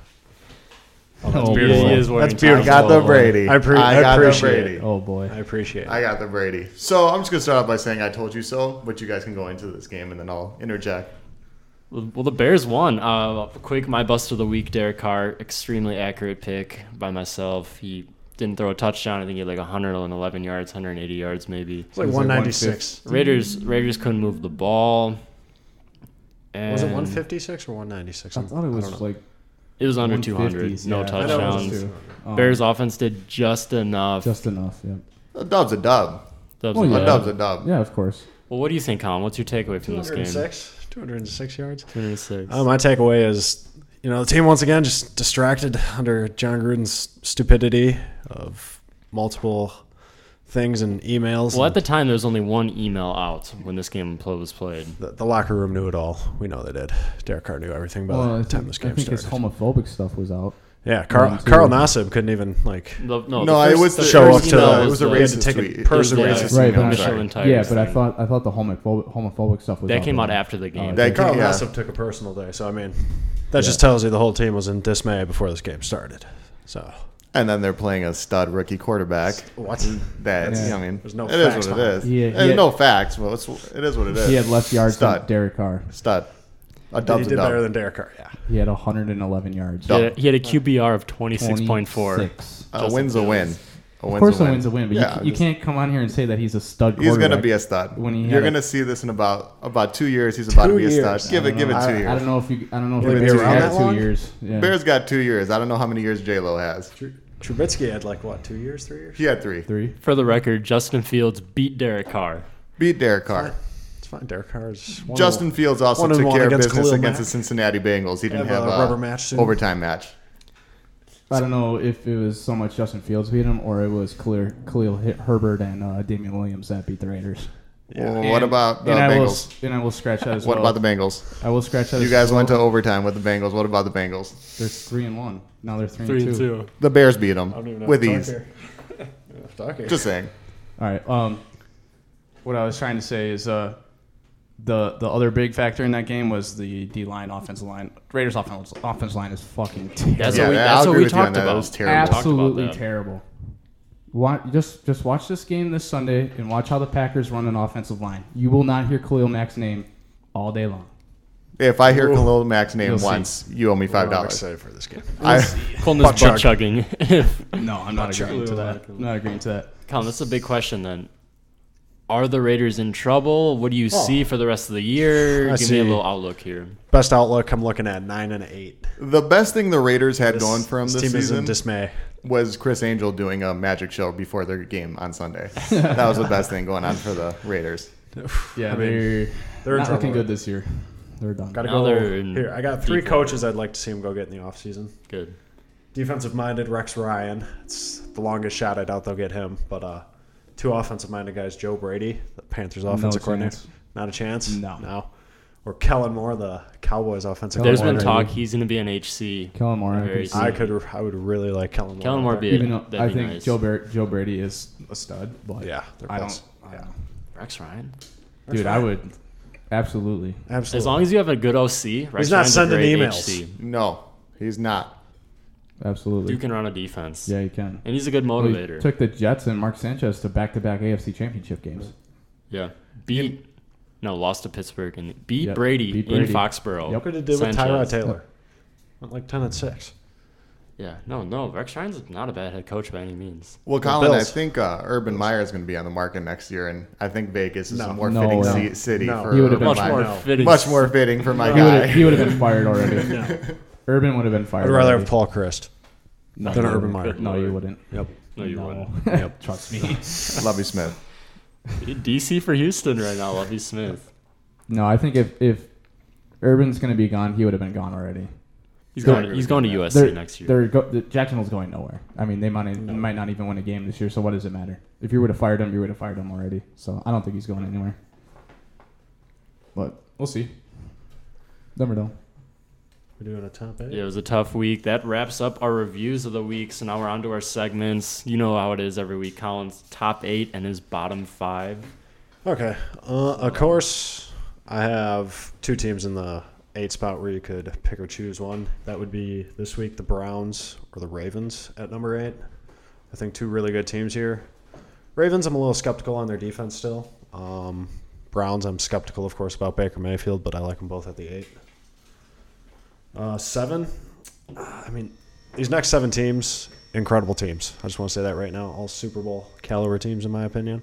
Oh,
beautiful.
wearing
That's beautiful.
I got the Brady.
I appre- I
got the
appreciate
Brady.
it.
Oh boy.
I appreciate it.
I got the Brady. So I'm just gonna start off by saying I told you so, but you guys can go into this game and then I'll interject.
Well, the Bears won. Uh, quick, my bust of the week, Derek Carr. Extremely accurate pick by myself. He didn't throw a touchdown. I think he had like 111 yards, 180 yards maybe.
It's like
Was it
196.
Raiders Raiders couldn't move the ball. And
Was it 156 or 196?
Hmm.
I thought it was like
It was under 200.
150s,
No
yeah. I
know it was
touchdowns.
two. um,
Bears offense did just enough.
just enough. Yeah.
A dub's a dub.
That
Oh,
was
A
enough.
dub's a dub.
Yeah, of course.
Well, what do you think, Colin? What's your takeaway from this game?
206. 206 yards.
206.
Uh, my takeaway is, you know, the team once again just distracted under John Gruden's stupidity of multiple things and emails.
well, at
and
the time, there was only one email out when this game pl- was played.
the, the locker room knew it all. We know they did. Derek Carr knew everything by
Well, I
the time
think,
this
I
game
think his
started.
homophobic stuff was out.
yeah, Carl,
One, two.
Carl Nassib couldn't even like
No,
No,
no,
it was the
show
first
up to
email.
the-
it was a
the-
we had to
racist
take a
tweet. It
person
was a
racist
racist
Right,
email.
but-
sorry.
Michelin type.
Yeah,
Tires
but I
thing.
thought I thought the homophobic homophobic stuff was
that
out
came out
then.
after the game.
That
That
Carl
came, yeah.
Nassib took a personal day. So I mean, that
Yeah.
just tells you the whole team was in dismay before this game started. So
And then they're playing a stud rookie quarterback.
what?
That
Yeah.
I mean,
There's no
it is
facts
what it
behind
is.
Yeah,
There's
yeah.
no facts. Well, it's, it is what it is.
He had less yards than
Stud.
Derek Carr.
Stud. A
he
dub's a
did better
dub.
than Derek Carr. Yeah.
He had 111 yards.
He
Dumb.
had, a, he had a QBR of 26.4.
26.
a win's a win. A
Of
Uh, win's
course,
a
a
win.
win's a win, but
Yeah,
you, you
just-
can't come on here and say that he's a stud.
He's gonna
quarterback.
be a stud.
when he had
You're
a-
gonna see this in about about two years. He's about
Two
to be a
years.
stud. Give it, give it two
I,
years.
I don't know if you. I don't know if
Give
the
it
Bears
two years.
had
That
two
long?
years. Yeah.
Bears got two years. I don't know how many years J Lo has.
Trubisky had like what, two years, three years?
He had three.
three.
For the record, Justin Fields beat Derek Carr.
Beat Derek Carr.
It's fine. Derek Carr is one
Justin
of
Fields also
one and
took
one
care of
against
business
Khalil
against
Mack.
the Cincinnati Bengals. He didn't
Have
have,
a
a
rubber match soon.
overtime match.
I don't know if it was so much Justin Fields beat him or it was Khalil, Khalil Hi- Herbert and uh, Damian Williams that beat the Raiders.
Well,
And-
what about the
and I will,
Bengals?
s- and I will scratch that as
What
well.
about the Bengals?
I will scratch that.
You
as
guys
well.
went to overtime with the Bengals. What about the Bengals?
They're three and one. Now they're three, and, two.
The Bears beat them
I don't even know
with
if
ease.
it's on here. Talk here.
Just saying.
All right. Um, what I was trying to say is uh, the the other big factor in that game was the D line, offensive line. Raiders' offense offense line is fucking terrible.
That's
Yeah,
what we,
I'll
that's what
agree
we
with you on
talked
that. That
about.
was terrible.
Talked about
absolutely
that.
terrible. Wa just just watch this game this Sunday and watch how the Packers run an offensive line. You will not hear Khalil Mack's name all day long.
If I hear Khalil Mack's name
You'll see.
once, you owe me five
I'm
dollars.
excited for this game.
I
Colton is
Butt
butt
chug.
chugging.
No, I'm not agreeing to that. I'm not agreeing to that.
Colin, that's a big question then. Are the Raiders in trouble? What do you see for the rest of the year?
I
Give me
see.
a little outlook here.
Best outlook I'm looking at nine and eight.
the best thing the Raiders had
This-
going for them
this
this
team is in
season
dismay.
was Chris Angel doing a magic show before their game on Sunday. that was the best thing going on for the Raiders.
Yeah,
I mean,
they're
they're
they're
in
not looking
trouble.
good this year. They're done.
Got to
Now
go
they're in
here. I got three
deep
coaches I'd like to see him go get in the offseason.
Good.
Defensive minded Rex Ryan. It's the longest shot. I doubt they'll get him. But uh, two offensive minded guys, Joe Brady, the Panthers offensive coordinator.
chance.
Not a chance.
No.
No. Or Kellen Moore, the Cowboys offensive
There's
coordinator.
been talk he's going to be an HC.
Kellen Moore, I
Very
can see.
I could. I would really like Kellen Moore.
Kellen Moore be
even though
that'd be
I think
nice.
Joe, Bar- Joe Brady is a stud, but
Yeah, they're
I
close.
don't. I don't.
Rex Ryan.
Dude, I would absolutely.
Absolutely.
As long as you have a good OC, Rex
not
Ryan's a
sending
great
emails.
HC.
No, he's not.
Absolutely.
You can run a defense.
yeah, you can.
And he's a good
Well, he
motivator.
took the Jets and Mark Sanchez to back-to-back AFC Championship games.
yeah. Beat. No, lost to Pittsburgh and beat
Yep,
Brady
beat
in
Brady.
Foxborough.
Yep.
could have did with
Sanchez.
Tyrod Taylor. Went like ten and six.
Yeah. No, no. Rex Ryan's not a bad head coach by any means.
Well,
The
Colin, I
Bills.
think uh, Urban Meyer is going to be on the market next year, and I think Vegas is
No.
a more
No
fitting
way.
ci- city
No.
for
He would've been
Urban
Much
Meyer.
more
No.
fitting.
Much more fitting for my
He would have
guy.
he would have been fired already. Urban would have been fired.
I'd rather
already.
have Paul Christ.
no,
than
you
Urban
wouldn't.
Meyer.
No, you wouldn't.
Yep.
No, you
No.
wouldn't.
Yep.
Trust me.
Lovey Smith.
DC for Houston right now, Lovey Smith.
No, I think if if Urban's going to be gone, he would have been gone already.
He's
Yeah, I
going.
agree
He's
with
going to
you
USC
They're,
next year.
they're go- the- Jacksonville's going nowhere. I mean, they might might not even win a game this year. So what does it matter? If you would have fired him, you would have fired him already. So I don't think he's going anywhere. But we'll see. Never know.
We're doing a top eight.
Yeah, it was a tough week. That wraps up our reviews of the week. So now we're on to our segments. You know how it is every week. Colin's top eight and his bottom five.
Okay. Uh, of course, I have two teams in the eight spot where you could pick or choose one. That would be this week the Browns or the Ravens at number eight. I think two really good teams here. Ravens, I'm a little skeptical on their defense still. Um, Browns, I'm skeptical, of course, about Baker Mayfield, but I like them both at the eight. Uh, seven. uh, I mean, these next seven teams, incredible teams. I just want to say that right now. All Super Bowl caliber teams, in my opinion.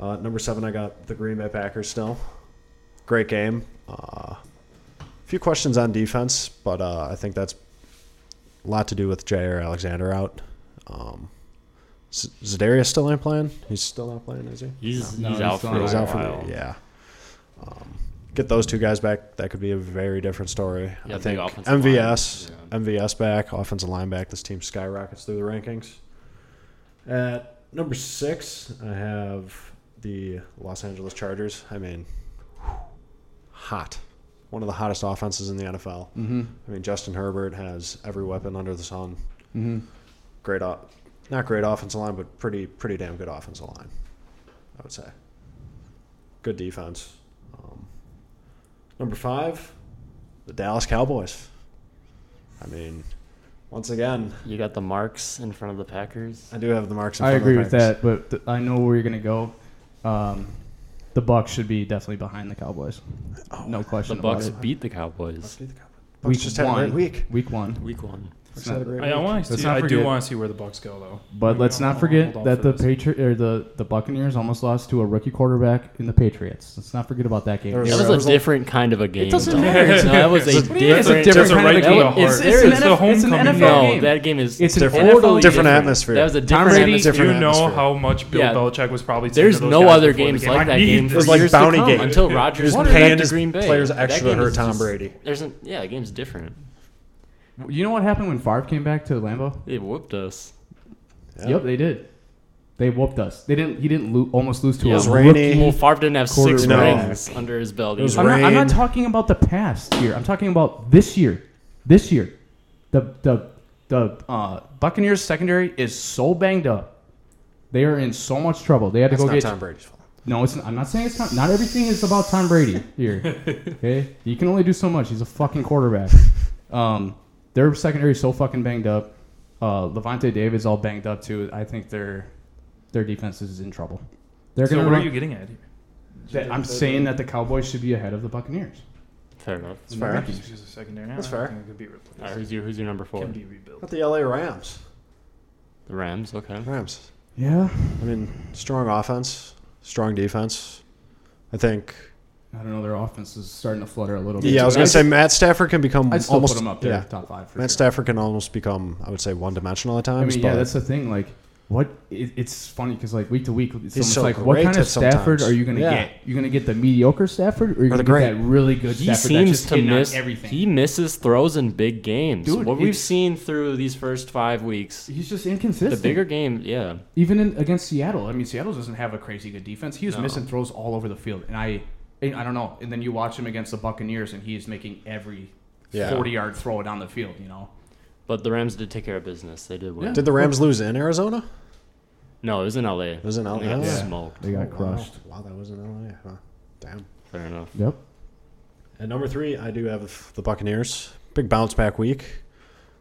Uh, at number seven, I got the Green Bay Packers still. Great game. A few questions on defense, but uh, I think that's a lot to do with J.R. Alexander out. Um, Z- Zadarius still ain't playing. He's still not playing, is he?
He's
No,
he's
he's
out
still
for a
not.
He's out for
while.
the, yeah. Um, get those two guys back. That could be a very different story.
Yeah,
I
big
think
offensive
MVS,
line.
MVS back, offensive line back. This team skyrockets through the rankings. At number six, I have the Los Angeles Chargers. I mean, hot. One of the hottest offenses in the NFL. Mm-hmm. I mean, Justin Herbert has every weapon under the sun. Mm-hmm. Great, op- not great offensive line, but pretty, pretty damn good offensive line. I would say. Good defense. Um, number five, the Dallas Cowboys. I mean, once again,
You got the marks in front of the Packers.
I do have the marks. In
I
front of
agree
the
with
Packers.
that, but th- I know where you're going to go. Um, the Bucks should be definitely behind the Cowboys. no
The
question.
Bucks
about it.
beat the Cowboys
Beat the Cowboys. Bucks just had a great week.
Week one.
week one.
Bucks had a great
I, I
week.
want to
Let's
see.
not
I do
forget-
want to see where the Bucks go though.
But let's
Hold
not
on,
forget
hold on
that
for
the
this.
Patriot or the, the Buccaneers almost lost to a rookie quarterback in the Patriots. Let's not forget about that game.
There was-
That was
Yeah, that
a
was a-
different kind of a game.
doesn't
though.
matter.
No, that was a
do you mean?
different.
It's a different
kind of a
that
game.
was- it's-
It's-
there
it's
is-
the home homecoming game.
no,
game.
that game is
It's an
different.
NFL
totally
game.
Different atmosphere.
That was a
Tom
different.
Brady-
atmosphere.
different
you know
atmosphere.
how much Bill
Yeah.
Belichick was probably. saying
There's
to those
no
guys
other
before the
games
game,
like
"I
that
need
game
this."
for
It was like
years to
Bounty
come
Gate.
until
He
Rodgers
was
wanted
paying
back to
his
Green Bay.
players
That
extra to
game
hurt
is
Tom
just-
Brady.
There's an, yeah, the game's different.
you know what happened when Favre came back to Lambeau?
They whooped us.
Yeah.
Yep, they did. They whooped us. They didn't. He didn't lo- almost lose to
Yeah. It was
us. a
rainy.
rookie.
Well, Favre didn't have six
Quarterback.
rings under his belt.
It was
either.
I'm not, I'm not
Rain.
talking about the past here. I'm talking about this year. This year, the the the uh, Buccaneers secondary is so banged up. They are in so much trouble. They had to
That's
go
not
get
Tom Brady's fault.
No, it's not, I'm not saying it's not. Not everything is about Tom Brady here. Okay, you can only do so much. He's a fucking quarterback. Um, their secondary is so fucking banged up. Uh, Levante David's all banged up too. I think their their defense is in trouble. They're
So
gonna.
where are
run-
you getting at? here?
that- I'm saying that the Cowboys should be ahead of the Buccaneers.
Fair enough.
It's fair.
Just use a secondary.
That's
I
fair.
think it could be
All right,
replaced.
who's your who's your number four?
Can be rebuilt.
Not the L.A. Rams.
The Rams. Okay.
Rams.
Yeah.
I mean, strong offense, strong defense. I think
I don't know. Their offense is starting to flutter a little bit.
Yeah, I was
But
gonna say
I'd-
Matt Stafford can become
I'd still
almost
put them up there,
Yeah,
top five. For
Matt
sure.
Stafford can almost become I would say one dimensional at
I
times.
mean,
but
yeah, that's the thing. Like, what? It, it's funny because like week to week, it's
He's
almost
so
like what
great
kind
at
of Stafford
sometimes.
are you going to
Yeah.
get? You're going to get the mediocre Stafford, or you're
Or the
going to get
great.
that really good
He
Stafford that's
seems
just
to
hitting on
miss.
everything?
He misses throws in big games.
Dude,
what we've
it's-
seen through these first five weeks,
He's just
the
inconsistent.
bigger game, yeah.
even in, against Seattle. I mean, Seattle doesn't have a crazy good defense. He was
No.
missing throws all over the field, and I, and I don't know. And then you watch him against the Buccaneers, and he is making every
Yeah.
forty-yard throw down the field. You know,
But the Rams did take care of business. They did win.
Did the Rams lose in Arizona?
No, it was in LA. It
was in LA?
They got
Yeah.
smoked.
They got crushed.
Wow. wow, that was in LA. Huh? Damn.
Fair enough.
Yep.
At number three, I do have the Buccaneers. Big bounce back week.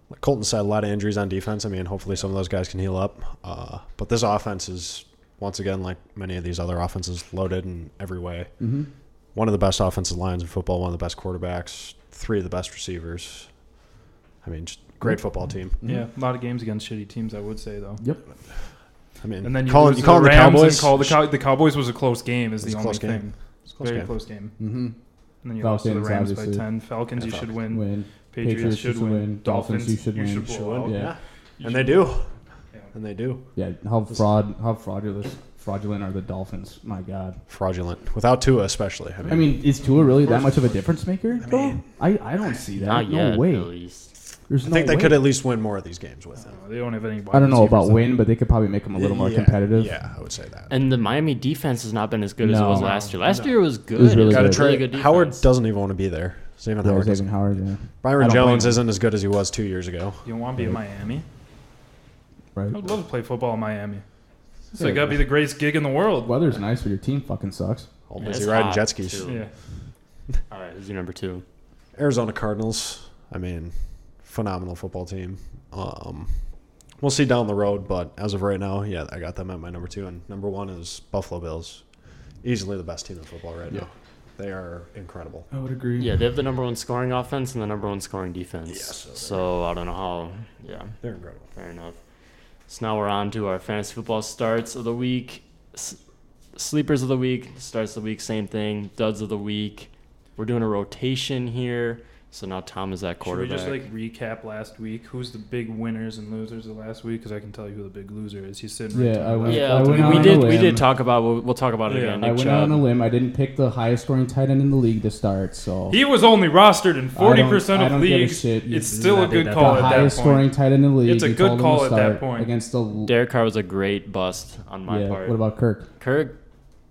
Like Colton said, a lot of injuries on defense. I mean, hopefully some of those guys can heal up. Uh, but this offense is, once again, like many of these other offenses, loaded in every way. Mm-hmm. One of the best offensive lines in football, one of the best quarterbacks, three of the best receivers. I mean, just great football team.
Yeah, a lot of games against shitty teams, I would say though.
I mean,
And then you,
call,
lose
you
to
call
the
them
Rams
the Cowboys.
and call the, Cow- the Cowboys was a close game is
It was
the
a
only
close game.
thing.
It's a close
Very
game.
close game.
Mm-hmm.
And then you lost
Falcons,
to the Rams
obviously.
by ten. Falcons, you should win.
Win.
Patriots,
Patriots,
should win. Dolphins, you should,
win.
You win.
blow out.
Yeah.
You
And
should-
they do.
Yeah.
And they do.
Yeah. How fraud? How fraudulent? Fraudulent are the Dolphins? My God.
Fraudulent. Without Tua, especially. I mean,
I mean, is Tua really that much of a difference maker? I I, I don't see that.
Not
no
yet,
way.
at least.
There's
I
no
think they
way.
could at least win more of these games with him.
Uh, They don't have any. wide
I don't know about
receivers, though.
win, but they could probably make them a little more
Yeah,
competitive.
Yeah, I would say that.
And the Miami defense has not been as good as it
No.
was last year. Last year was good.
was really
a
Gotta
Trey-
really good defense.
Howard doesn't even want to be there. Xavier
Yeah,
Howard.
Xavier
Doesn't.
Howard, yeah. I
Byron
don't blame
Jones
him.
isn't as good as he was two years ago.
You don't want to be in Miami.
Right.
I would love to play football in Miami. It's
Yeah.
like gotta be the greatest gig in the world.
Weather's nice, but your team fucking sucks.
All
Yeah,
busy
it's
riding
hot,
jet skis.
too.
Yeah.
All right, who's your number two?
Arizona Cardinals. I mean, phenomenal football team. Um, we'll see down the road, but as of right now, yeah, I got them at my number two, and number one is Buffalo Bills. Easily the best team in football right now. They are incredible.
I would agree.
Yeah, they have the number one scoring offense and the number one scoring defense.
Yeah, so they're-
so I don't know how. Yeah,
They're incredible.
fair enough. So now we're on to our fantasy football starts of the week, S- sleepers of the week, starts of the week, same thing, duds of the week. We're doing a rotation here. So now Tom is that
Should we
quarterback.
just like recap last week? Who's the big winners and losers of last week? Because I can tell you who the big loser is. He's sitting. Right
Yeah,
down
I
the
would-
back.
yeah,
I
we,
went
we
on
did.
a
We did
limb.
talk about. We'll, we'll talk about it
Yeah.
again.
I
Nick
went
Chubb.
out on a limb. I didn't pick the highest scoring tight end in the league to start, so
He was only rostered in
I
forty
don't-
percent
I
of
don't give a
leagues.
shit. You
It's
did
still a
not do
good
that.
call
the
at that
highest scoring
point.
tight end in the league.
It's a
You
good
told him to
call at that
start
point.
against the.
Derek Carr was a great bust on my
yeah.
part.
What about Kirk?
Kirk?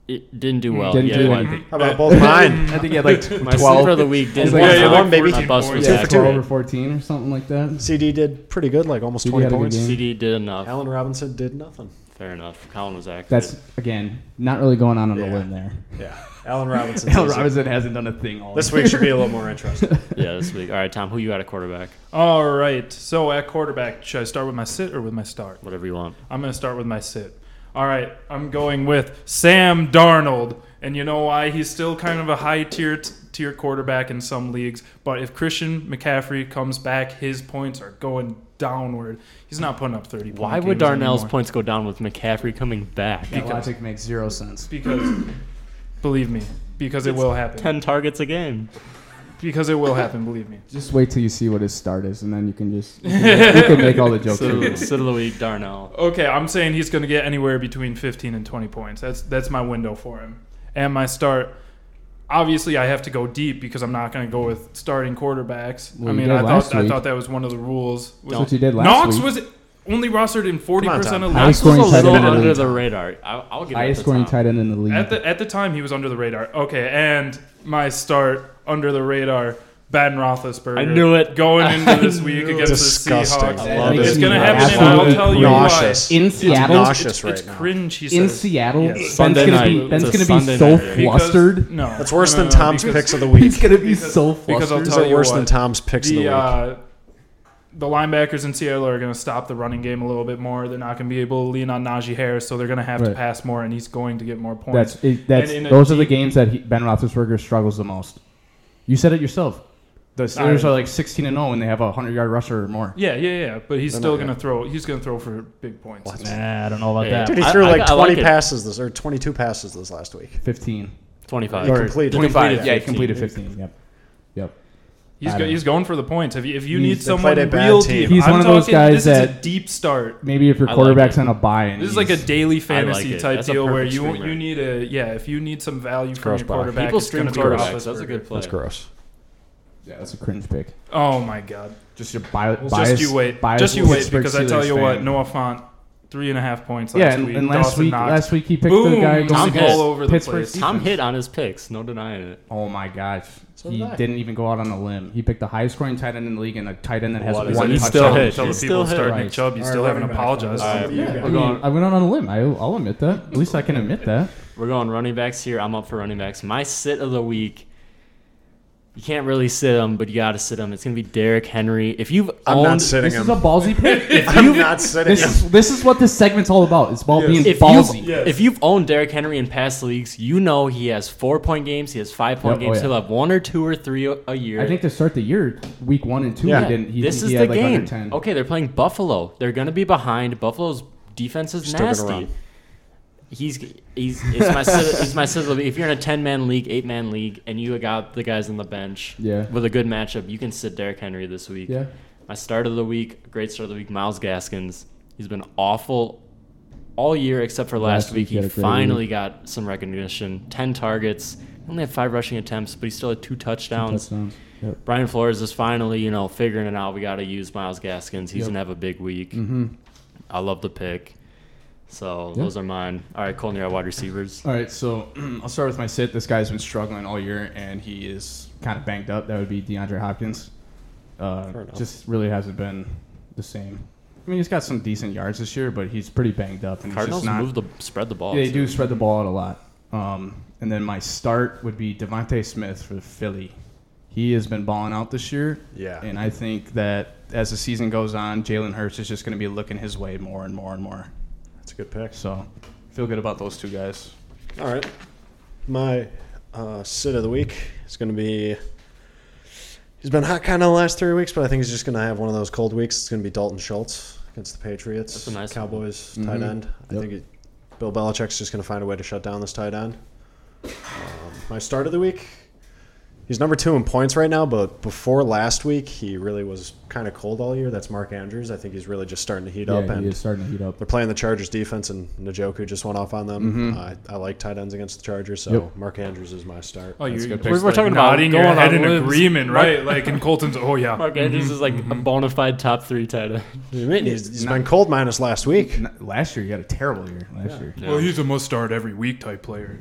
It didn't do well.
Didn't
Yeah,
do
like,
anything.
How about both mine?
I think he had like
My sleeper of the week didn't
like,
work
yeah,
out.
like
My
14
bust
points.
was
yeah,
for
accurate.
two.
twelve or fourteen or something like that.
CD did pretty good, like almost
CD
20
had a good
points.
game.
CD did enough.
Allen Robinson did nothing.
Fair enough. Colin was accurate.
That's again not really going on on
Yeah.
a limb there.
Yeah, Allen Robinson.
Al
is-
Robinson hasn't done a thing all
This week should be a little more interesting.
yeah, this week. All right, Tom, who you got at quarterback?
All right. So at quarterback, should I start with my sit or with my start?
Whatever you want.
I'm going to start with my sit. All right, I'm going with Sam Darnold. And you know why? He's still kind of a high tier tier quarterback in some leagues, but if Christian McCaffrey comes back, his points are going downward. He's not putting up 30
Why would Darnell's points go down with McCaffrey coming back?
That logic makes zero sense.
Because believe me, because it will happen.
Ten targets a game.
Because it will happen, believe me.
Just wait till you see what his start is, and then you can just you can, you can make all the jokes. you
So,
want.
sit of the week, Darnell.
Okay, I'm saying he's going to get anywhere between 15 and 20 points. That's that's my window for him. And my start, obviously, I have to go deep because I'm not going to go with starting quarterbacks.
Well,
I
you
mean,
did
I
last
thought I
week.
thought that was one of the rules.
That's what you did last
Knox
week.
was only rostered in 40
Tom.
percent of
Highest
Knox
leagues.
was
scoring
a
tight
little
end in the
under
league.
the radar. I, I'll give
Highest
it to
scoring
Tom.
tight end in the league.
At the at the time, he was under the radar. Okay, and my start under the radar. Ben Roethlisberger.
I knew it.
Going into this
I
week
knew
against
Disgusting.
the Seahawks.
I love
it's
it.
going
Makes me
to happen, and
absolutely
I'll tell you
nauseous.
why.
in Seattle,
nauseous right
It's
now.
cringe, he
in
says.
Seattle,
Yes.
Ben's
Sunday
gonna be
night.
Ben's
It's a
gonna
Sunday
be so
night. Because-
flustered.
No,
That's worse
No,
than
no, no,
Tom's
because
picks of the week.
He's gonna be
because-
so
because I'll
flustered.
Is
tell
it
you
worse
what,
than Tom's picks of the
the
week?
uh, the linebackers in Seattle are going to stop the running game a little bit more. They're not going to be able to lean on Najee Harris, so they're going to have to
Right.
pass more, and he's going to get more points.
That's it, that's
And in a
those are the
deep-
games that he, Ben Roethlisberger struggles the most. You said it yourself. The Steelers
right.
are like 16 and 0 when they have a 100 yard rusher or more.
yeah, yeah, yeah. But he's still
not
going to throw. He's going to throw for big points.
Nah, I don't know about
Yeah.
that.
Dude, he
I-
threw
I-
like
I like
20
it.
passes this or 22 passes this last week.
15.
25.
He completed.
The
25.
completed
yeah, he
15.
completed 15. Yep. Yep.
He's
I
go,
don't-
he's going for the points. If you, if you
He's-
need
they
someone
played a bad
real
team.
deep,
He's
I'm
one of those
talking-
guys
this is a
that-
deep start.
Maybe if your
I like
quarterback's
it.
on a buy, and
This is like a
he's-
daily
like
fantasy
it.
type
That's a
deal where
perfect
you
streamer.
you need a yeah if you need some value from
Cross
your
back.
quarterback.
People
it's
stream
gonna be
quarterbacks.
Roethlisberger.
That's a good play.
That's gross.
yeah, that's a cringe pick.
Oh my god!
Just your
Bi- bias,
Just you wait.
bias
Just you wait
Pittsburgh
because I tell
Steelers
you what,
fan.
Noah Font, three and a half points last
yeah, and,
week.
and last
Dawson
week,
Knox.
last week he picked the
Boom!
guy going
Tom
against
Hitt.
all over the
Pittsburgh's
place.
Tom
defense.
hit on his picks. No denying it.
Oh my gosh,
So
he
did I.
didn't even go out on a limb. He picked the highest scoring tight end in the league and a tight end that has
What
one touchdown.
is it? He still
Tell-
hit.
Tell the
He's
people
still
to start
hit.
Nick Chubb. You
All right,
still haven't
running back.
apologized.
All right.
Yeah,
I, mean, I went out on a limb. I, I'll admit that. At least I can admit that.
We're going running backs here. I'm up for running backs. My sit of the week. You can't really sit him, but you got to sit him. It's gonna be Derrick Henry. If you've
I'm
owned,
not sitting
This is a
him.
ballsy pick.
I'm not sitting
this,
him.
is, this is what this segment's all about. It's about being
if
ballsy.
you've, if you've owned Derrick Henry in past leagues, you know he has four point games. He has five point
Yep, oh
games.
yeah.
He'll have one or two or three a, a year.
I think to start the year, week one and two,
Yeah.
he didn't. He,
this
he
is
had
the
like under
game.
10.
Okay, they're playing Buffalo. They're gonna be behind. Buffalo's defense is
Still gonna
nasty.
run.
He's he's it's my sit- it's my sit of the week. If you're in a ten man league, eight man league, and you got the guys on the bench
Yeah.
with a good matchup, you can sit Derrick Henry this week.
Yeah.
My start of the week, great start of the week, Miles Gaskins. He's been awful all year except for last,
Last
week.
week he
He
had a great
finally got some recognition. Ten targets. Only had five rushing attempts, but he still had two touchdowns.
Touchdowns. Yep.
Brian Flores is finally, you know, figuring it out. We got to use Miles Gaskins. He's
Yep.
gonna have a big week.
Mm-hmm.
I love the pick. So
Yeah.
those are mine. All right, Cole Neal, wide receivers.
All right, so I'll start with my sit. This guy's been struggling all year, and he is kind of banged up. That would be DeAndre Hopkins. Uh,
Fair enough.
just really hasn't been the same. I mean, he's got some decent yards this year, but he's pretty banged up. And he's
Cardinals
just not,
move the spread the ball.
Yeah, they do
too.
spread the ball out a lot. Um, and then my start would be Devontae Smith for Philly. He has been balling out this year.
Yeah.
And I think that as the season goes on, Jalen Hurts is just going to be looking his way more and more and more.
That's a good pick.
So feel good about those two guys.
All right. My uh, sit of the week is going to be. He's been hot kind of the last three weeks, but I think he's just going to have one of those cold weeks. It's going to be Dalton Schultz against the Patriots.
That's a nice one.
Cowboys
Mm-hmm.
Mhm.
tight end. I
Yep.
think it, Bill Belichick's just going to find a way to shut down this tight end. Um, my start of the week. He's number two in points right now, but before last week, he really was kind of cold all year. That's Mark Andrews. I think he's really just starting to heat up.
Yeah,
and
he is starting to heat up.
they're playing the Chargers defense, and Najoku just went off on them. I, I like tight ends against the Chargers, so
Yep.
Mark Andrews is my start.
Oh,
That's
you're,
good
we're,
picks.
we're talking
Like,
about
nodding
nodding your
your
head in
head in
agreement,
Mark-
right? Like in Colton's. Oh yeah.
Mark Andrews is like
Mm-hmm.
a bona fide top three tight end.
What do you mean? He's, he's
Not-
been cold minus last week.
N- Last year, you had a terrible year. Last year.
Well, he's a must start every week type player.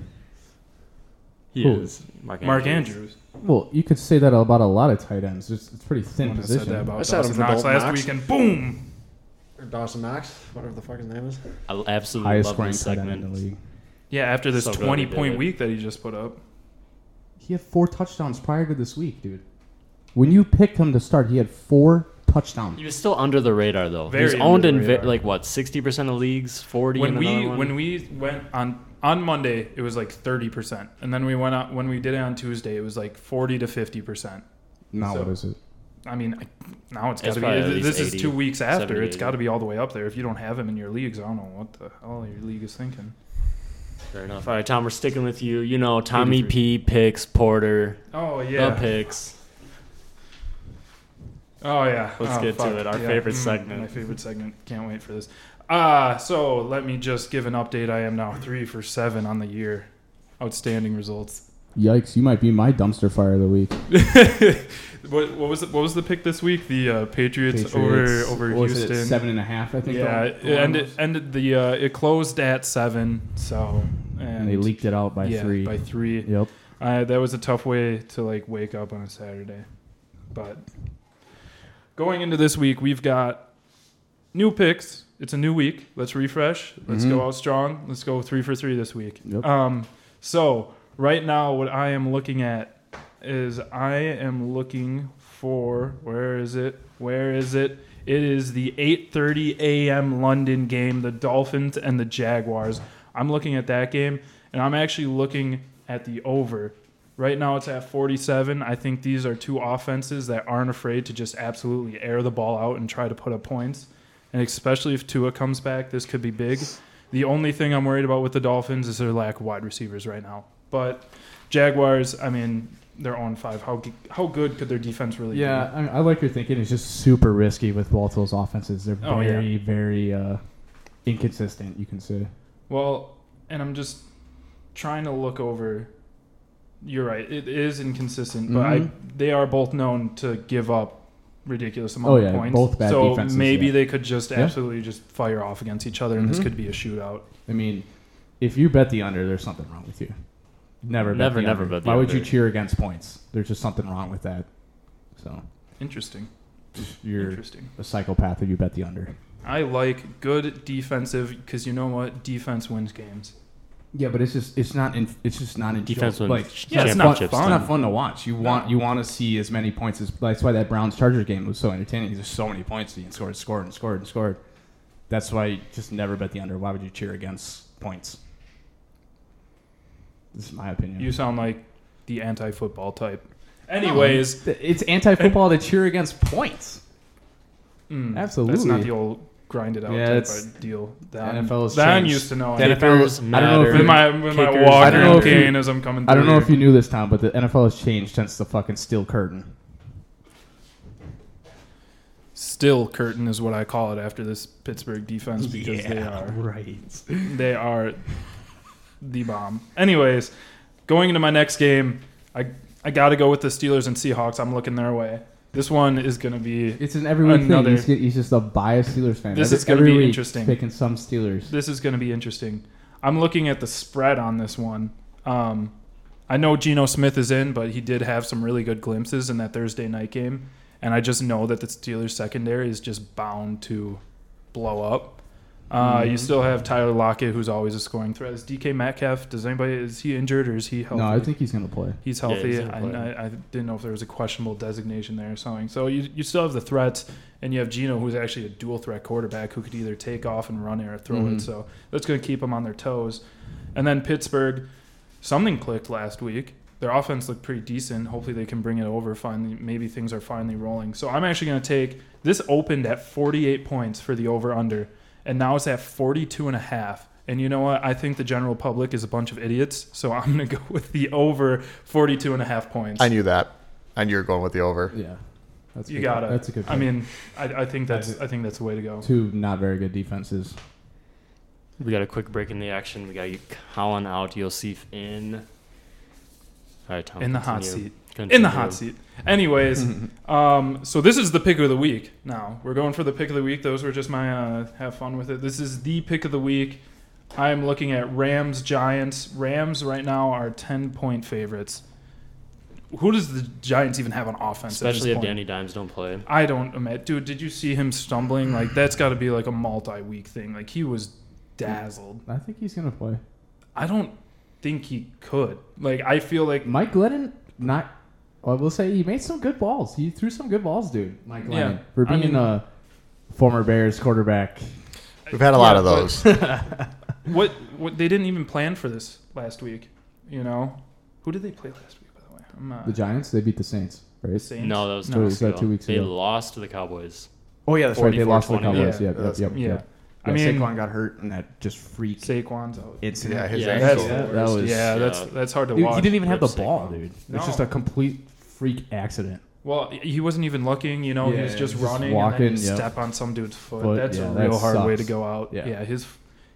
he
Who?
is Mark
Mark Andrews.
Well, you could say that about a lot of tight ends. It's, it's a pretty thin
When I
position.
said that about
I said him
Dawson
for
Knox
Dalton
last
Knox.
week, and boom.
Or Dawson Knox, whatever the fuck his name is.
I l- absolutely
Highest
love
scoring
this
tight end in the
segment.
league.
Yeah, after this
So good we
20
did
point
it.
week that he just put up.
He had four touchdowns prior to this week, dude.
When you picked him to start, he had four touchdowns.
He was still under the radar though.
Very
He's owned
under
in
the
ve-
radar.
like what sixty percent of leagues, forty.
When
in
we
another one?
when we went on on Monday, it was like 30%. And then we went out when we did it on Tuesday, it was like 40 to 50%.
Now
So-
what is it?
I mean, I- now it's got
It's
to
probably at
be.
least
This is
80,
two weeks after.
70,
It's got to
80.
be all the way up there. If you don't have him in your leagues, I don't know what the hell your league is thinking.
Fair enough. All right, Tom, we're sticking with you. You know, Tommy P picks Porter.
Oh yeah.
The picks.
Oh yeah.
Let's
Oh,
get to it, our favorite segment.
My favorite segment. Can't wait for this. Ah, so let me just give an update. I am now three for seven on the year. Outstanding results.
Yikes! You might be my dumpster fire of the week.
What, what was the, what was the pick this week? The uh, Patriots,
Patriots,
over over
what was it,
Houston.
seven and a half, I think.
yeah,
the-
it
the line
ended,
was.
ended the uh, it closed at seven. So and
and they leaked it out by
yeah,
three.
by three.
yep.
I, that was a tough way to like wake up on a Saturday. But going into this week, we've got new picks. It's a new week. Let's refresh. Let's
Mhm.
go out strong. Let's go three for three this week.
Yep.
Um, so right now, what I am looking at is I am looking for where is it? Where is it? It is the 8:30 a.m. London game, the Dolphins and the Jaguars. I'm looking at that game, and I'm actually looking at the over. Right now, it's at 47. I think these are two offenses that aren't afraid to just absolutely air the ball out and try to put up points. And especially if Tua comes back, this could be big. The only thing I'm worried about with the Dolphins is their lack of wide receivers right now. But Jaguars, I mean, they're on five. How g- how good could their defense really
Yeah, I, I like your thinking. It's just super risky with Walt's offenses. They're
Oh, yeah.
very, very uh, inconsistent. You can say.
be? Well, and I'm just trying to look over. You're right. It is inconsistent, but I,
Mhm.
Mm-hmm.
they are both known to give up ridiculous
Oh,
amount
yeah,
of points.
both bad
so
defenses,
maybe
yeah.
they could just
Yeah.
absolutely just fire off against each other, and this
Mhm.
could be a shootout.
I mean, if you bet the under, there's something wrong with you. Never, bet
Never,
the
never
under.
bet the
Why would you
under.
cheer against points? There's just something wrong with that. So
Interesting.
you're
Interesting.
a psychopath if you bet the under.
I like good defensive because you know what? Defense wins games.
Yeah, but it's just it's not in, it's just not enjoy-
Defense wins
like
Yeah, it's not
fun,
championships.
it's not fun to watch. You want you want to see as many points as that's why that Browns Chargers game was so entertaining. 'cause There's so many points being scored, scored, and scored, and scored. That's why you just never bet the under. Why would you cheer against points? This is my opinion.
You sound like the anti-football type.
Oh.
Anyways,
it's anti-football to cheer against points.
mm, That's not
Absolutely.
the old grind it out
Yeah,
type
it's-
of deal.
the
That,
NFL has
that I'm
changed.
used to knowing.
The NFL
Kickers
I don't know if
matter.
with my with my
Kickers
walk
I don't know
and
if you-
cane as I'm coming. Through.
I don't know if you knew this, Tom, but the NFL has changed since the fucking steel curtain.
Still, curtain is what I call it after this Pittsburgh defense because they are
right.
they are the bomb. Anyways, going into my next game, I I got to go with the Steelers and Seahawks. I'm looking their way. This one is gonna be
It's an every week
Another-
thing. He's, get- he's just a biased Steelers fan.
This
every,
is gonna
every
be
week
interesting.
Picking some Steelers.
this is gonna be interesting. I'm looking at the spread on this one. Um, I know Geno Smith is in, but he did have some really good glimpses in that Thursday night game, and I just know that the Steelers secondary is just bound to blow up. Uh,
Mm-hmm.
You still have Tyler Lockett, who's always a scoring threat. Is DK Metcalf? Does anybody is he injured or is he healthy?
No, I think he's gonna play.
He's
Yeah,
healthy.
he's gonna play.
I, I, I didn't know if there was a questionable designation there or something. So you, you still have the threats, and you have Gino, who's actually a dual threat quarterback who could either take off and run it or throw
Mhm.
it. So that's going to keep them on their toes. And then Pittsburgh, something clicked last week. Their offense looked pretty decent. Hopefully they can bring it over. Finally, maybe things are finally rolling. So I'm actually going to take this opened at 48 points for the over under, and now it's at 42 and a half. And you know what? I think the general public is a bunch of idiots, so I'm going to go with the over 42 and a half points.
I knew that. I knew you were going with the over.
Yeah, that's
you
good.
gotta.
That's a good.
I
pick.
mean, I, I think that's. I think that's the way to go.
two not very good defenses.
We got a quick break in the action. We got to get Colin out, Yosef in. All right, Tom.
In the hot
continue.
seat. In the hot
Continue.
seat. Anyways, um, so this is the pick of the week. Now we're going for the pick of the week. Those were just my uh, have fun with it. This is the pick of the week. I am looking at Rams Giants. Rams right now are ten point favorites. Who does the Giants even have on offense? at this
Especially if
point?
Danny Dimes don't play.
I don't admit, dude. Did you see him stumbling? Like that's got to be like a multi-week thing. Like he was dazzled.
I think he's gonna play.
I don't think he could. Like I feel like
Mike Glennon, not. I will say he made some good balls. He threw some good balls, dude. Mike Glennon
Yeah,
for
I
being
mean-
a former Bears quarterback.
We've had a lot
Yeah,
of
but-
those.
what what they didn't even plan for this last week. You know, who did they play last week? By the way, I'm uh,
The Giants they beat the Saints, right?
Saints?
No, that was two,
No, it
weeks
was, uh,
ago.
two weeks
They
ago.
lost to the Cowboys.
Oh yeah, that's right. They lost to the
44-20.
Cowboys.
Yeah.
Yep, yep, yep,
yeah.
yep.
I mean,
Saquon got hurt and that just freak
Saquon's out.
incident.
Yeah, his
Yeah,
That's
ankle.
That
the worst.
was-
yeah, that's
yeah.
that's hard to
Dude,
watch.
he didn't even have the
Rip
ball,
Saquon.
dude.
No.
It's just a complete freak accident.
well, he wasn't even looking. You know, he
Yeah,
was just
he was just
running
walking,
and then you
yeah.
step on some dude's foot.
Foot,
that's
yeah,
a
that
real hard way to
sucks.
go out. Yeah,
Yeah.
his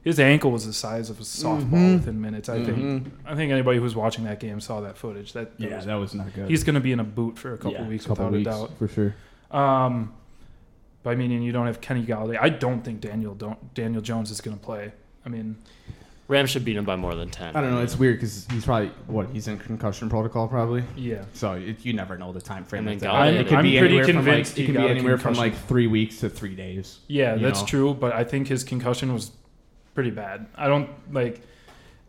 his ankle was the size of a softball
Mhm.
within minutes. I think I think anybody who's watching that game saw that footage. That, that
Yeah,
was
that was not good.
He's going to be in a boot for a couple
Yeah,
weeks
couple
without
weeks,
a doubt.
for sure.
Um, but I mean, and you don't have Kenny Galladay. I don't think Daniel don't, Daniel Jones is going to play. I mean,
Rams should beat him by more than 10.
I don't know. It's weird because he's probably what he's in concussion protocol probably.
yeah.
So it, you never know the time frame.
And
like
then
that.
Galladay-
it could
I'm
be
pretty
anywhere from,
convinced
like,
he
it could
got
be
a
anywhere from
concussion.
like three weeks to three days.
Yeah,
You
that's
know.
true, but I think his concussion was pretty bad. I don't like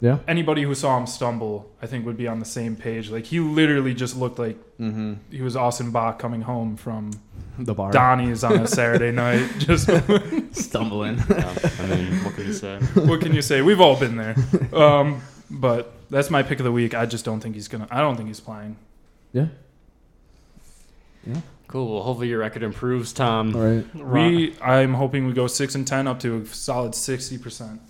Yeah.
anybody who saw him stumble, I think would be on the same page. Like he literally just looked like
Mm-hmm.
he was Austin Bach coming home from
The bar
Donnie's on a Saturday night. Just
stumbling.
Yeah, I mean, what can you say?
what can you say? We've all been there. Um, but that's my pick of the week. I just don't think he's going to I don't think he's playing.
Cool. Well, hopefully your record improves, Tom.
All right.
Ron-
We, I'm hoping we go six and ten up to a solid sixty percent.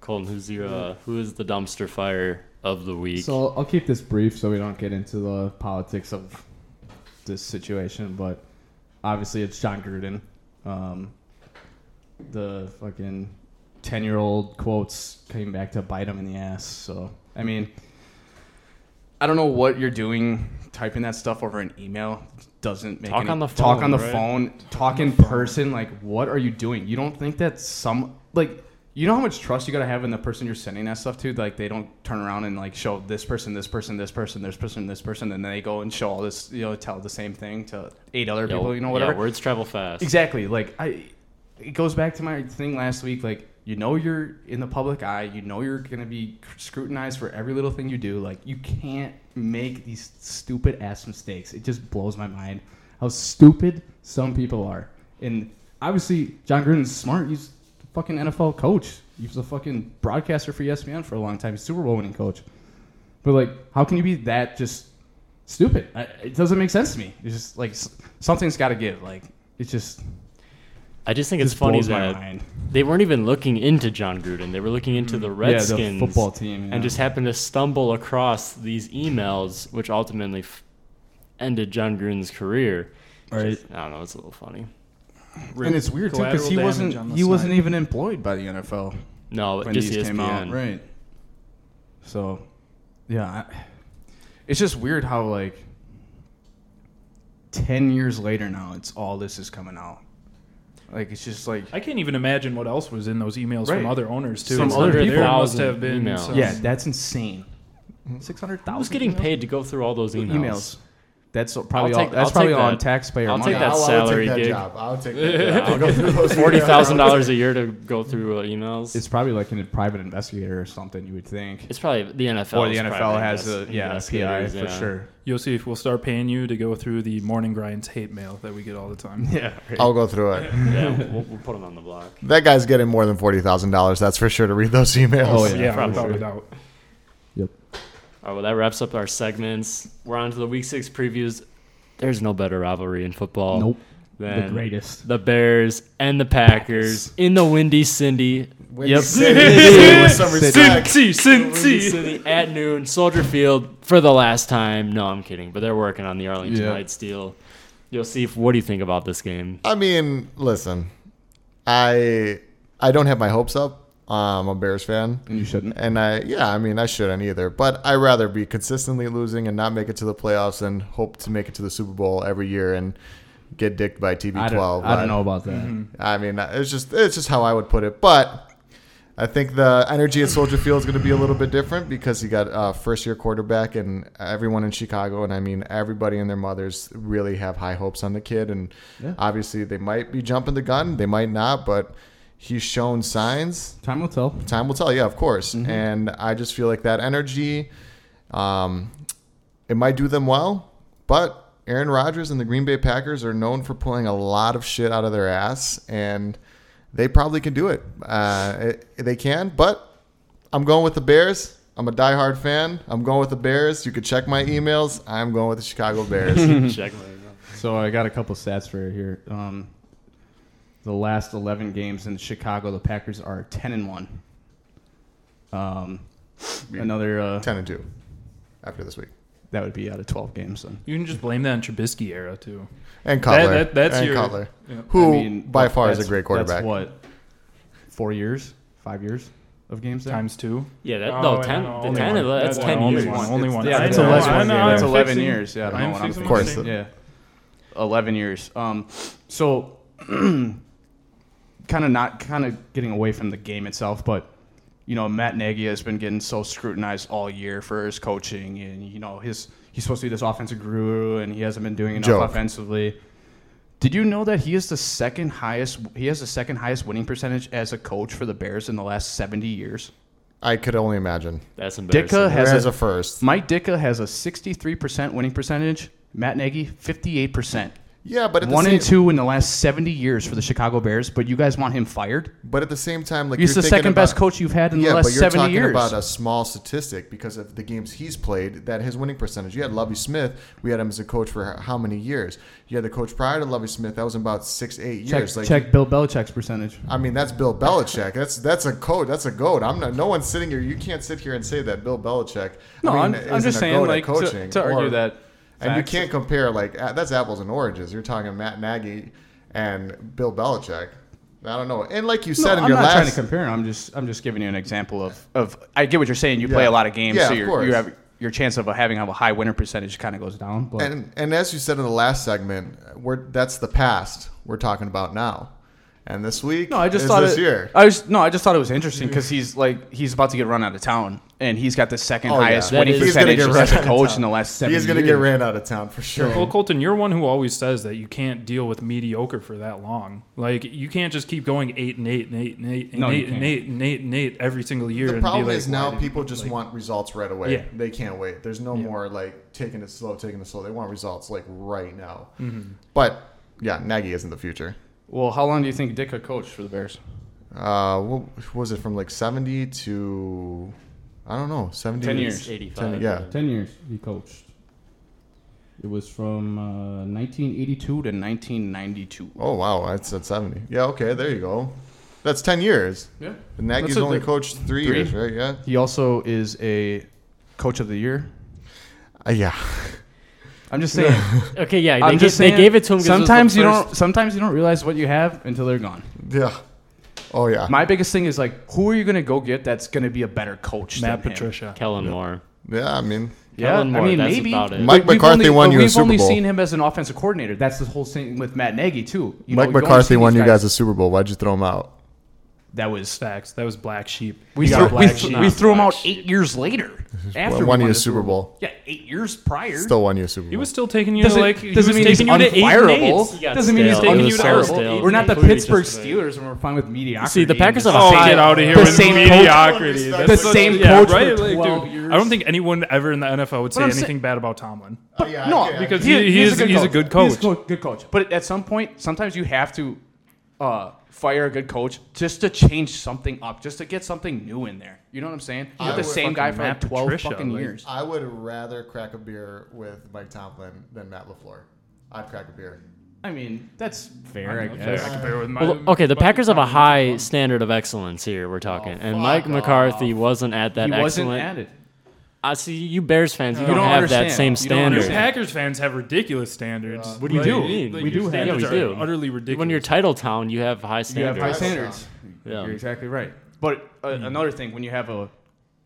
Colton, who's your, uh, who is the dumpster fire of the week.
So I'll keep this brief so we don't get into the politics of this situation, but obviously it's John Gruden. Um, the fucking 10 year old quotes came back to bite him in the ass. So, I mean, I don't know what you're doing typing that stuff over an email. Doesn't make
Talk
any-
on the
talk
phone,
on the
right?
phone, talk in person. Like, what are you doing? You don't think that some like you know how much trust you gotta have in the person you're sending that stuff to. Like, they don't turn around and like show this person, this person, this person, this person, this person, and then they go and show all this, you know, tell the same thing to eight other
Yeah,
people. You know,
yeah,
whatever.
words travel fast.
Exactly. Like I, it goes back to my thing last week. Like you know you're in the public eye. You know you're gonna be scrutinized for every little thing you do. Like you can't make these stupid ass mistakes. It just blows my mind how stupid some people are. And obviously John Gruden's smart. He's a fucking NFL coach. He was a fucking broadcaster for E ESPN for a long time. He's a Super Bowl winning coach. But like, how can you be that just stupid? I, it doesn't make sense to me. It's just like s- something's got to give. Like it's just
I just think it's
just
funny
blows my
that
mind.
they weren't even looking into John Gruden. They were looking into the
Mm. Yeah,
Redskins
the football team yeah.
and just happened to stumble across these emails, which ultimately f- ended John Gruden's career.
Right.
I don't know. It's a little funny.
and it's weird too because
Collateral
he
damage
wasn't
on the
he wasn't
snipe.
even employed by the NFL
No,
when
just E
these
ESPN.
came out, right? So, yeah, I, it's just weird how like ten years later now, it's all this is coming out. Like it's just like
I can't even imagine what else was in those emails
Right.
from other owners too.
Some
It's
other
under- there
people.
must have
1,000
been
emails.
some-
yeah, that's insane. Six hundred thousand.
Who's getting paid to go through all those emails?
emails. That's probably
I'll
all.
take-
That's
I'll
probably
take
all on
that.
taxpayer
I'll
money.
take that
I'll,
salary
I'll take
gig.
That job. I'll take that job. I'll go through those
Forty thousand
emails.
dollars a year to go through uh, emails.
It's
It's,
probably like in a private investigator or something. You would think,
probably the NFL.
or the NFL has a yeah a PI for sure.
Yosef, we'll start paying you to go through the morning grinds hate mail that we get all the time.
Yeah,
I'll go through it.
Yeah, we'll, we'll put him on the block.
That guy's getting more than forty thousand dollars. That's for sure to read those emails.
Oh,
yeah,
yeah,
for
without
sure.
a doubt.
All right, well, that wraps up our segments. We're on to the Week Six previews. There's no better rivalry in football.
Nope.
Than
The greatest.
The Bears and the Packers in the Windy Cindy.
Windy
Yep.
City, with some respect.
Windy City at noon, Soldier Field for the last time. No, I'm kidding, but they're working on the Arlington
Yeah.
Heights deal. Yosef, what do you think about this game?
I mean, listen, I I don't have my hopes up. I'm a Bears fan,
and you shouldn't.
and I yeah, I mean, I shouldn't either. But I rather be consistently losing and not make it to the playoffs and hope to make it to the Super Bowl every year and get dicked by
I
TB12.
don't, I don't know about that.
I mean, it's just it's just how I would put it. But I think the energy at Soldier Field is going to be a little bit different because you got a first year quarterback and everyone in Chicago, and I mean everybody and their mothers really have high hopes on the kid. And
Yeah.
obviously, they might be jumping the gun, they might not, but he's shown signs.
Time will tell.
Time will tell. Yeah, of course.
Mm-hmm.
And I just feel like that energy, um, it might do them well, but. Aaron Rodgers and the Green Bay Packers are known for pulling a lot of shit out of their ass, and they probably can do it. Uh, it they can, but I'm going with the Bears. I'm a diehard fan. I'm going with the Bears. You could check my emails. I'm going with the Chicago Bears.
Check.
So I got a couple stats for you here. Um, the last 11 games in Chicago, the Packers are 10 and one. Um, another uh,
Ten and two after this week,
that would be out of 12 games. Then
You can just blame that on Trubisky era too.
and Cutler.
that- that's
and
your-
Cutler,
yeah.
who
I mean,
by
that-
far is a
that's-
great quarterback.
That's what four years, five years of games there?
Times two.
Yeah, that,
Oh,
no,
I
ten,
know,
the
only
ten,
one.
of- that's
That's
ten
only
years.
one. Only one.
Yeah,
I
that's,
know,
the last
I
one.
know,
game. That's
I'm
11
fixing-
years. Yeah, I don't
I'm
know what I'm
fixing
Of course.
mistake.
Yeah. 11 years. Um, so, kind of not, kind of getting away from the game itself, but, you know, Matt Nagy has been getting so scrutinized all year for his coaching, and, you know, his he's supposed to be this offensive guru, and he hasn't been doing enough
Joke.
offensively. Did you know that he is the second highest? He has the second highest winning percentage as a coach for the Bears in the last seventy years.
I could only imagine.
That's embarrassing.
Dicka has
As
a
a first,
Mike Ditka has a 63% winning percentage. Matt Nagy, 58%.
Yeah, but at the
One
same,
and two in the last 70 years for the Chicago Bears, but you guys want him fired?
But at the same time, like
He's the
you're thinking
second best
about-
coach you've had in
yeah,
the last
but you're
70
talking
years.
about a small statistic because of the games he's played. That his winning percentage. You had Lovey Smith. We had him as a coach for how many years? You had the coach prior to Lovey Smith. That was about six, eight
check,
years. like
check Bill Belichick's percentage.
I mean, that's Bill Belichick. That's that's a code. That's a goat. I'm not. No one's sitting here. You can't sit here and say that Bill Belichick.
No,
I
I am
mean, isn't
I'm just
a
saying,
goat at
like, to,
coaching,
to argue
or-
that.
And you
facts-
can't compare like a- that's apples and oranges. You're talking Matt Nagy and Bill Belichick. I don't know. And like you
No,
said in
I'm
your
not trying
last,
to compare. I'm just, I'm just giving you an example of, of. I get what you're saying. You play a lot of games,
Yeah,
so
of
you're,
course.
you have your chance of having a high winner percentage kind of goes down. But
and and as you said in the last segment, we're that's the past. We're talking about now, and this week.
No, I just
is
thought
this
it.
year.
I was no, I just thought it was interesting because he's like he's about to get run out of town, and he's got the second
Oh, yeah.
highest
That
winning
is- he's
gonna
percentage
get run
as a
out of
coach
town.
in the last seven.
He's gonna
years.
get ran out of town for sure.
Well, Colton, you're one who always says that you can't deal with mediocre for that long. Like you can't just keep going eight and eight and eight and eight and
No, you
eight and
can't.
eight and eight and eight every single year.
The
and be
problem
like,
is
why
now
did we-
people just
like-
want results right away.
Yeah.
They can't wait. There's no more like taking it slow, taking it slow. They want results like right now.
Mm-hmm.
But yeah, Nagy isn't the future.
Well, how long do you think Dick could coach for the Bears?
Uh, what was it from like 70 to I don't know, 70
Ten
to-
years.
85.
Ten- yeah.
Ten years he coached. It was from uh,
1982 to 1992.
Oh wow, I said 70. Yeah, okay, there you go. That's 10 years.
Yeah.
And Nagy's
That's a-
only coached 3
three.
years, right? Yeah.
He also is a coach of the year.
Uh, yeah.
I'm just saying.
Okay, yeah, they,
I'm
gave,
just
they
saying.
gave it to him. 'cause it was the
Sometimes you
first-
don't. Sometimes you don't realize what you have until they're gone.
Yeah. Oh yeah.
My biggest thing is like, who are you gonna go get that's gonna be a better coach?
Matt
than him?
Patricia.
Kellen Moore.
yeah, I mean,
Yeah,
Kellen Moore,
I mean,
that's
maybe.
about it.
Mike
But we've
McCarthy
only-
won
but
you a
We've
Super
only
Bowl.
seen him as an offensive coordinator. That's the whole thing with Matt Nagy too. You know,
Mike
you only see
McCarthy
these
won you
guys-
guys a Super Bowl. Why'd you throw him out?
That was
Facts. That was black sheep.
we
You got
threw, we,
black
th-
sheep.
we threw him
Black
out
sheep.
eight years later. After
Well,
we
won you
the
a Super Bowl.
Yeah, eight years prior.
Still won you a Super Bowl.
He was still taking you to
doesn't,
like he
doesn't
was
mean he's
taking you to eight and eights.
unfireable.
He got
Doesn't mean he's
stale.
He
taking
was
you to
so
unfireable.
stale.
We're not the
Including
Pittsburgh
just-
Steelers, and we're fine with mediocrity.
See, the Packers have a
Oh,
five.
get out of here
The
with
same coach-
mediocrity.
the
That's such-
same
yeah,
coach for
right? Like,
12
dude,
years.
I don't think anyone ever in the NFL would say
I'm saying-
anything bad about Tomlin.
Oh, yeah,
no,
okay, I
because
He-
he, he is, he's a good coach.
He's co- good coach. But at some point, sometimes you have to uh, fire a good coach just to change something up, just to get something new in there. You know what I'm saying? You
I
have the
would
same guy for like
Matt
12
Patricia,
fucking
like-
years.
I would rather crack a beer with Mike Tomlin than Matt LaFleur. I'd crack a beer.
I mean, that's fair, I
Fair. I
guess.
compare with my,
Well, okay, the
my-
Packers have a high standard of excellence here. We're talking, and Mike McCarthy wasn't at that
Oh, He wasn't
excellent.
at it.
I see you Bears fans. You,
don't
don't, have
understand.
that same
You don't
standard.
You
understand.
Packers fans have ridiculous standards.
What do you
Like,
do?
like,
We
your
do have-
standards
yeah, we
are
do.
Utterly ridiculous.
When you're title town, you have high
You have
standards.
high
Standards.
standards.
Yeah.
You're exactly right. But uh, another thing, when you have a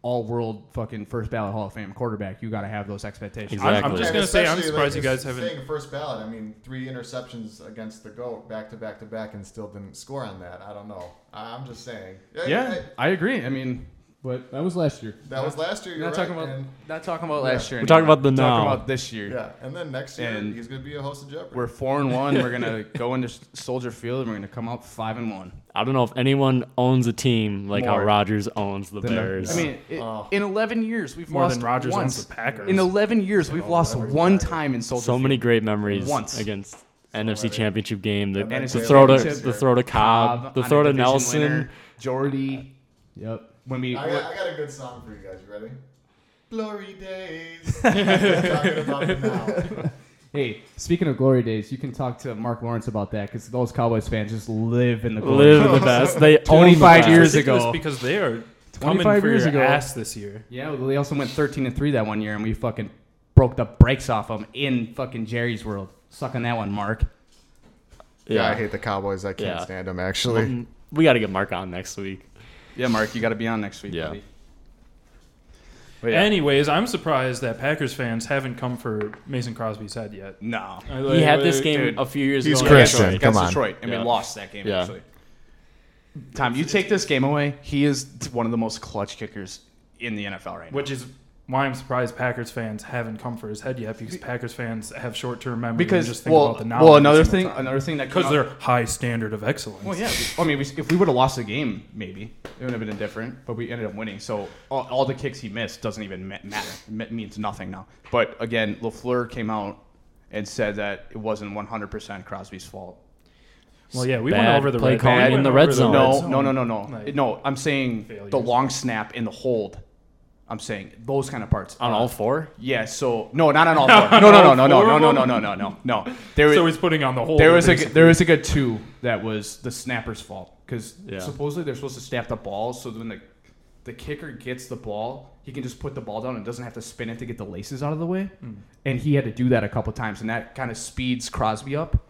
all-world fucking first ballot Hall of Fame quarterback, you got to have those expectations.
Exactly.
I'm, I'm just
And
gonna say I'm
especially,
surprised you
like,
guys
saying
haven't.
first ballot. I mean, three interceptions against the goat, back to back to back, and still didn't score on that. I don't know. I- I'm just saying.
Yeah, I agree. I mean,
But that was last year.
that was last year. You're
not
right,
talking about
and-
not talking about last year.
We're talking
anymore.
about the now.
Talking about this year.
yeah, and then next year
And-
he's gonna be a host of Jeopardy.
We're four and one. We're gonna go into S- Soldier Field and we're gonna come out five and one.
I don't know if anyone owns a team like how
More
Rodgers owns the
Then the-
Bears.
I mean, it,
Oh.
in eleven years we've
More
lost
than Rodgers
once.
owns the Packers.
In eleven years we've lost one time in Soldier
so
Field.
many great memories
Once.
against NFC Championship game. The,
And it's
the
a
throw to
championship.
the throw to Cobb,
Cobb
the
on a
throw to
division
Nelson.
winner, Jordy.
Yep.
When we
I got, I got a good song for you guys. You ready? Glory days. talking about the now.
hey, speaking of glory days, you can talk to Mark Lawrence about that because those Cowboys fans just live in the glory
Live
days.
the best. They own the
25
best.
years
It's ridiculous
ago.
because they are coming
25
for
years
your
ago.
ass this year.
Yeah, well, they also went 13 and 3 that one year, and we fucking broke the brakes off them in fucking Jerry's world. Suck on that one, Mark.
Yeah, I
Yeah,
hate the Cowboys. I can't
Yeah.
stand them actually.
Mm, we got to get Mark on next week.
Yeah, Mark, you got to be on next week.
Yeah.
buddy. But yeah.
Anyways, I'm surprised that Packers fans haven't come for Mason Crosby's head yet.
no.
He had this game
dude,
a few years
he's
ago.
Christian.
Against
come on.
Detroit, and
Yeah.
we lost that game,
Yeah.
actually. Tom, you take this game away, he is one of the most clutch kickers in the NFL right now.
Which is why I'm surprised Packers fans haven't come for his head yet, because Packers fans have short-term memory
Because,
and just think
well,
about the now.
well, another thing, another thing that
because
came out-
their high standard of excellence.
Well, yeah. I mean, we, if we would have lost the game, maybe it would have been different. But we ended up winning, so all, all the kicks he missed doesn't even ma- matter. It means nothing now. But again, Lafleur came out and said that it wasn't 100% Crosby's fault.
Well, yeah, we went
Bad
over the
play
red
calling
we
in
went
the
over
red zone.
No, no, no, no, no.
Like,
no, I'm saying
Failures.
the long snap in the hold. I'm saying those kind of parts. Uh,
on all four.
Yeah, so no, not on all four. No, no, no, no, no, no, no, no, no, no, no, no. There was
So he's putting on the whole.
there was a
basically.
there was a good two that was the snapper's fault because
Yeah.
supposedly they're supposed to snap the ball so when the the kicker gets the ball he can just put the ball down and doesn't have to spin it to get the laces out of the way
Hmm.
and he had to do that a couple times and that kind of speeds Crosby up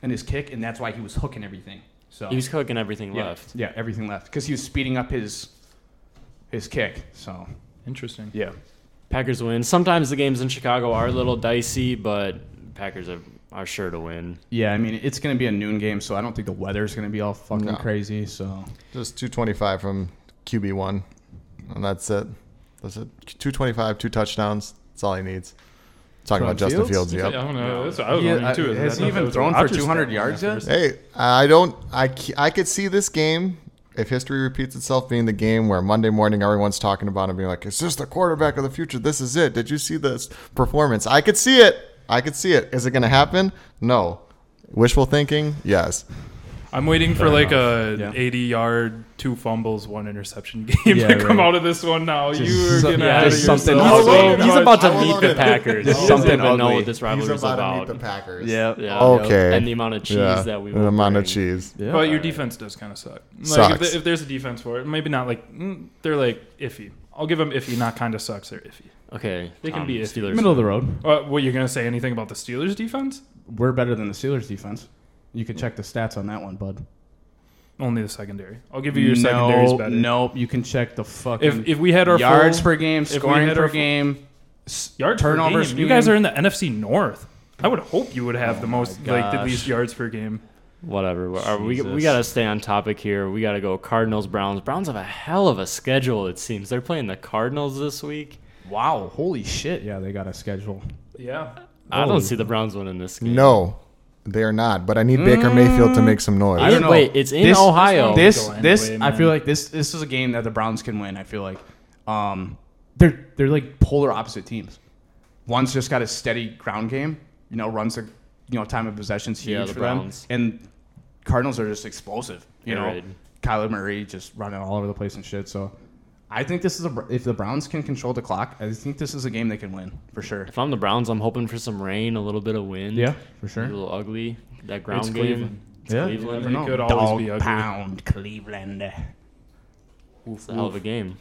and his kick and that's why he was hooking everything so
He was cooking everything
yeah,
left.
yeah everything left because he was speeding up his his kick so
interesting.
yeah
Packers win. Sometimes the games in Chicago are a little dicey, but Packers are, are sure to win.
yeah I mean it's gonna be a noon game so I don't think the weather's gonna be all fucking
No.
crazy so
Just 225 from QB1. And that's it. That's it. 225, two touchdowns. That's all he needs. Talking
From
about Justin
Fields?
Fields,
Yeah, I
yep.
don't know. That's what I was
He-
wondering
I-
too. is
has
that-
he
that
even
was
thrown for
Rodgers
200
stat
yards
line
yet?
after-
Hey, I don't. I, c- I could see this game, if history repeats itself, being the game where Monday morning everyone's talking about him being like, is this the quarterback of the future? This is it. Did you see this performance? I could see it. I could see it. Is it going to happen? No. Wishful thinking? Yes.
I'm waiting for like a
Yeah.
80 yard, two fumbles, one interception game
Yeah,
to come
right.
out of this one. Now
Just
you are
some-
getting
yeah,
out of
just something
yourself
ugly.
so
he's
much.
about
I
to
will
beat
load
the
it.
Packers.
Just
He doesn't
something
even know
ugly.
what this rivalry
He's
is
about to beat the
about.
Packers.
Yeah.
Oh,
Okay.
And the amount of cheese
Yeah.
that we
An
will
amount of
bring.
cheese.
Yeah.
But your defense does kind of suck. Like
Sucks.
If, the- if there's a defense for it, maybe not like mm, they're like iffy. I'll give them iffy. Not kind of sucks. They're iffy.
Okay.
They can
um,
be iffy.
Steelers.
middle of the road
Uh, what you're gonna say anything about the Steelers defense?
we're better than the Steelers defense. You can check the stats on that one, bud.
Only the secondary. I'll give you your secondaries better.
Nope, you can check the fucking
If if we had our
yards
full,
per game,
we
scoring
had
per
our full-
game, s-
yards
turnovers.
turnovers, you guys are in the NFC North. I would hope you would have the most, like the
Oh gosh.
least yards per game.
Whatever. We're- are we we
Jesus.
got to stay on topic here. We got to go Cardinals, Browns. Browns have a hell of a schedule, it seems. They're playing the Cardinals this week.
wow, holy shit! Yeah, they got a schedule.
Yeah.
I
Oh.
don't see the Browns winning this game.
No, they are not. But I need Baker Mayfield to make
Mm.
some noise.
I don't know.
Wait, it's in
This-
Ohio.
This
Go
this
anyway,
I
man.
feel like this this is a game that the Browns can win. I feel like um, they're they're like polar opposite teams. One's just got a steady ground game, you know, runs the you know time of possession's huge
Yeah, the
for
Browns.
them, and Cardinals are just explosive. You
Air
know,
raid.
Kyler Murray just running all over the place and shit. So. I think this is a if the Browns can control the clock, I think this is a game they can win for sure.
If I'm the Browns, I'm hoping for some rain, a little bit of wind.
Yeah, for
A
sure.
little ugly. That ground
It's
game.
Cleveland.
It's
Yeah.
Cleveland.
It
No,
could always
dog
be ugly.
pound Cleveland.
It's a hell of a game.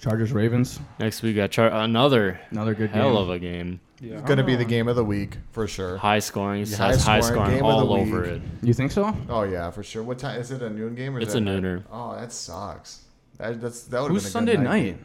Chargers Ravens,
Next we got Char- another
another good
hell
game.
of a game.
Yeah.
It's going to be the game of the week for sure.
High scoring.
Yeah,
says
high
high
scoring,
scoring
game of the
all over
week.
it.
you think so?
Oh yeah, for sure. What time is it? A noon game or is
It's
that
a
night?
nooner.
Oh, that sucks. That, that's that would have been a
Who's
good
Sunday night?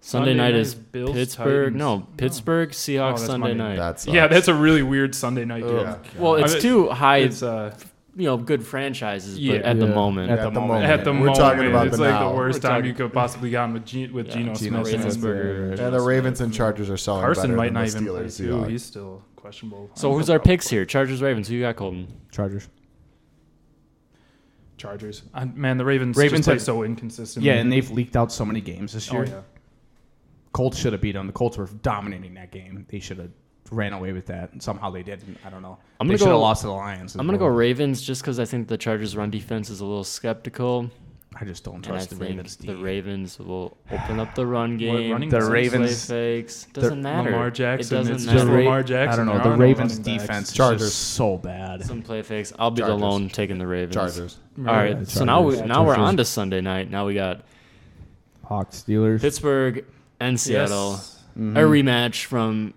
Sunday,
Sunday
night
night
is
is Bills,
Pittsburgh.
Titans.
No, Pittsburgh Seahawks
that's
Sunday
Monday.
night.
That sucks.
Yeah, that's a really weird Sunday night game.
Yeah.
well,
I
it's
mean,
two high,
It's uh,
you know, good franchises,
Yeah.
but at the
Yeah.
moment,
At the moment.
at the
We're
moment,
talking about
it's
the
like
now.
the worst
We're
time
talking-
you could possibly gotten with, Geno with Geno
Geno
Smith.
Smith.
and
Ravensburger.
Yeah, the Ravens and Chargers are selling
Carson
better
might
than the
not even play
Steelers.
too.
yeah.
He's still questionable.
So who's our picks here? Chargers, Ravens. Who you got, Colton?
Chargers.
Chargers. I, man, the Ravens.
Ravens
Ravens play
have-
so inconsistent.
Yeah, and they've leaked out so many games this
oh,
year.
yeah.
Colts should have beat them. The Colts were dominating that game. They should have ran away with that. And somehow they didn't. I don't know.
I'm
they
gonna
should
go-
have lost to the Lions. as
I'm gonna go
well.
Ravens just because I think the Chargers' run defense is a little skeptical,
I just don't
and I
trust the
think
Ravens.
the
D.
Ravens will open up the run game.
running
The
backs?
Ravens.
play fakes doesn't matter.
Lamar Jackson.
It doesn't
it's
matter.
just
The Ra-
Lamar Jackson.
I don't know.
There
The
are no
Ravens
running backs.
defense is
Chargers.
just so bad.
Some play fakes. I'll be
Chargers.
the lone taking the Ravens.
Chargers.
All right.
Yeah,
so now we
Chargers.
now we're
Chargers.
on to Sunday night. Now we got
Hawks, Steelers.
Pittsburgh and Seattle.
Yes.
Mm-hmm.
A rematch from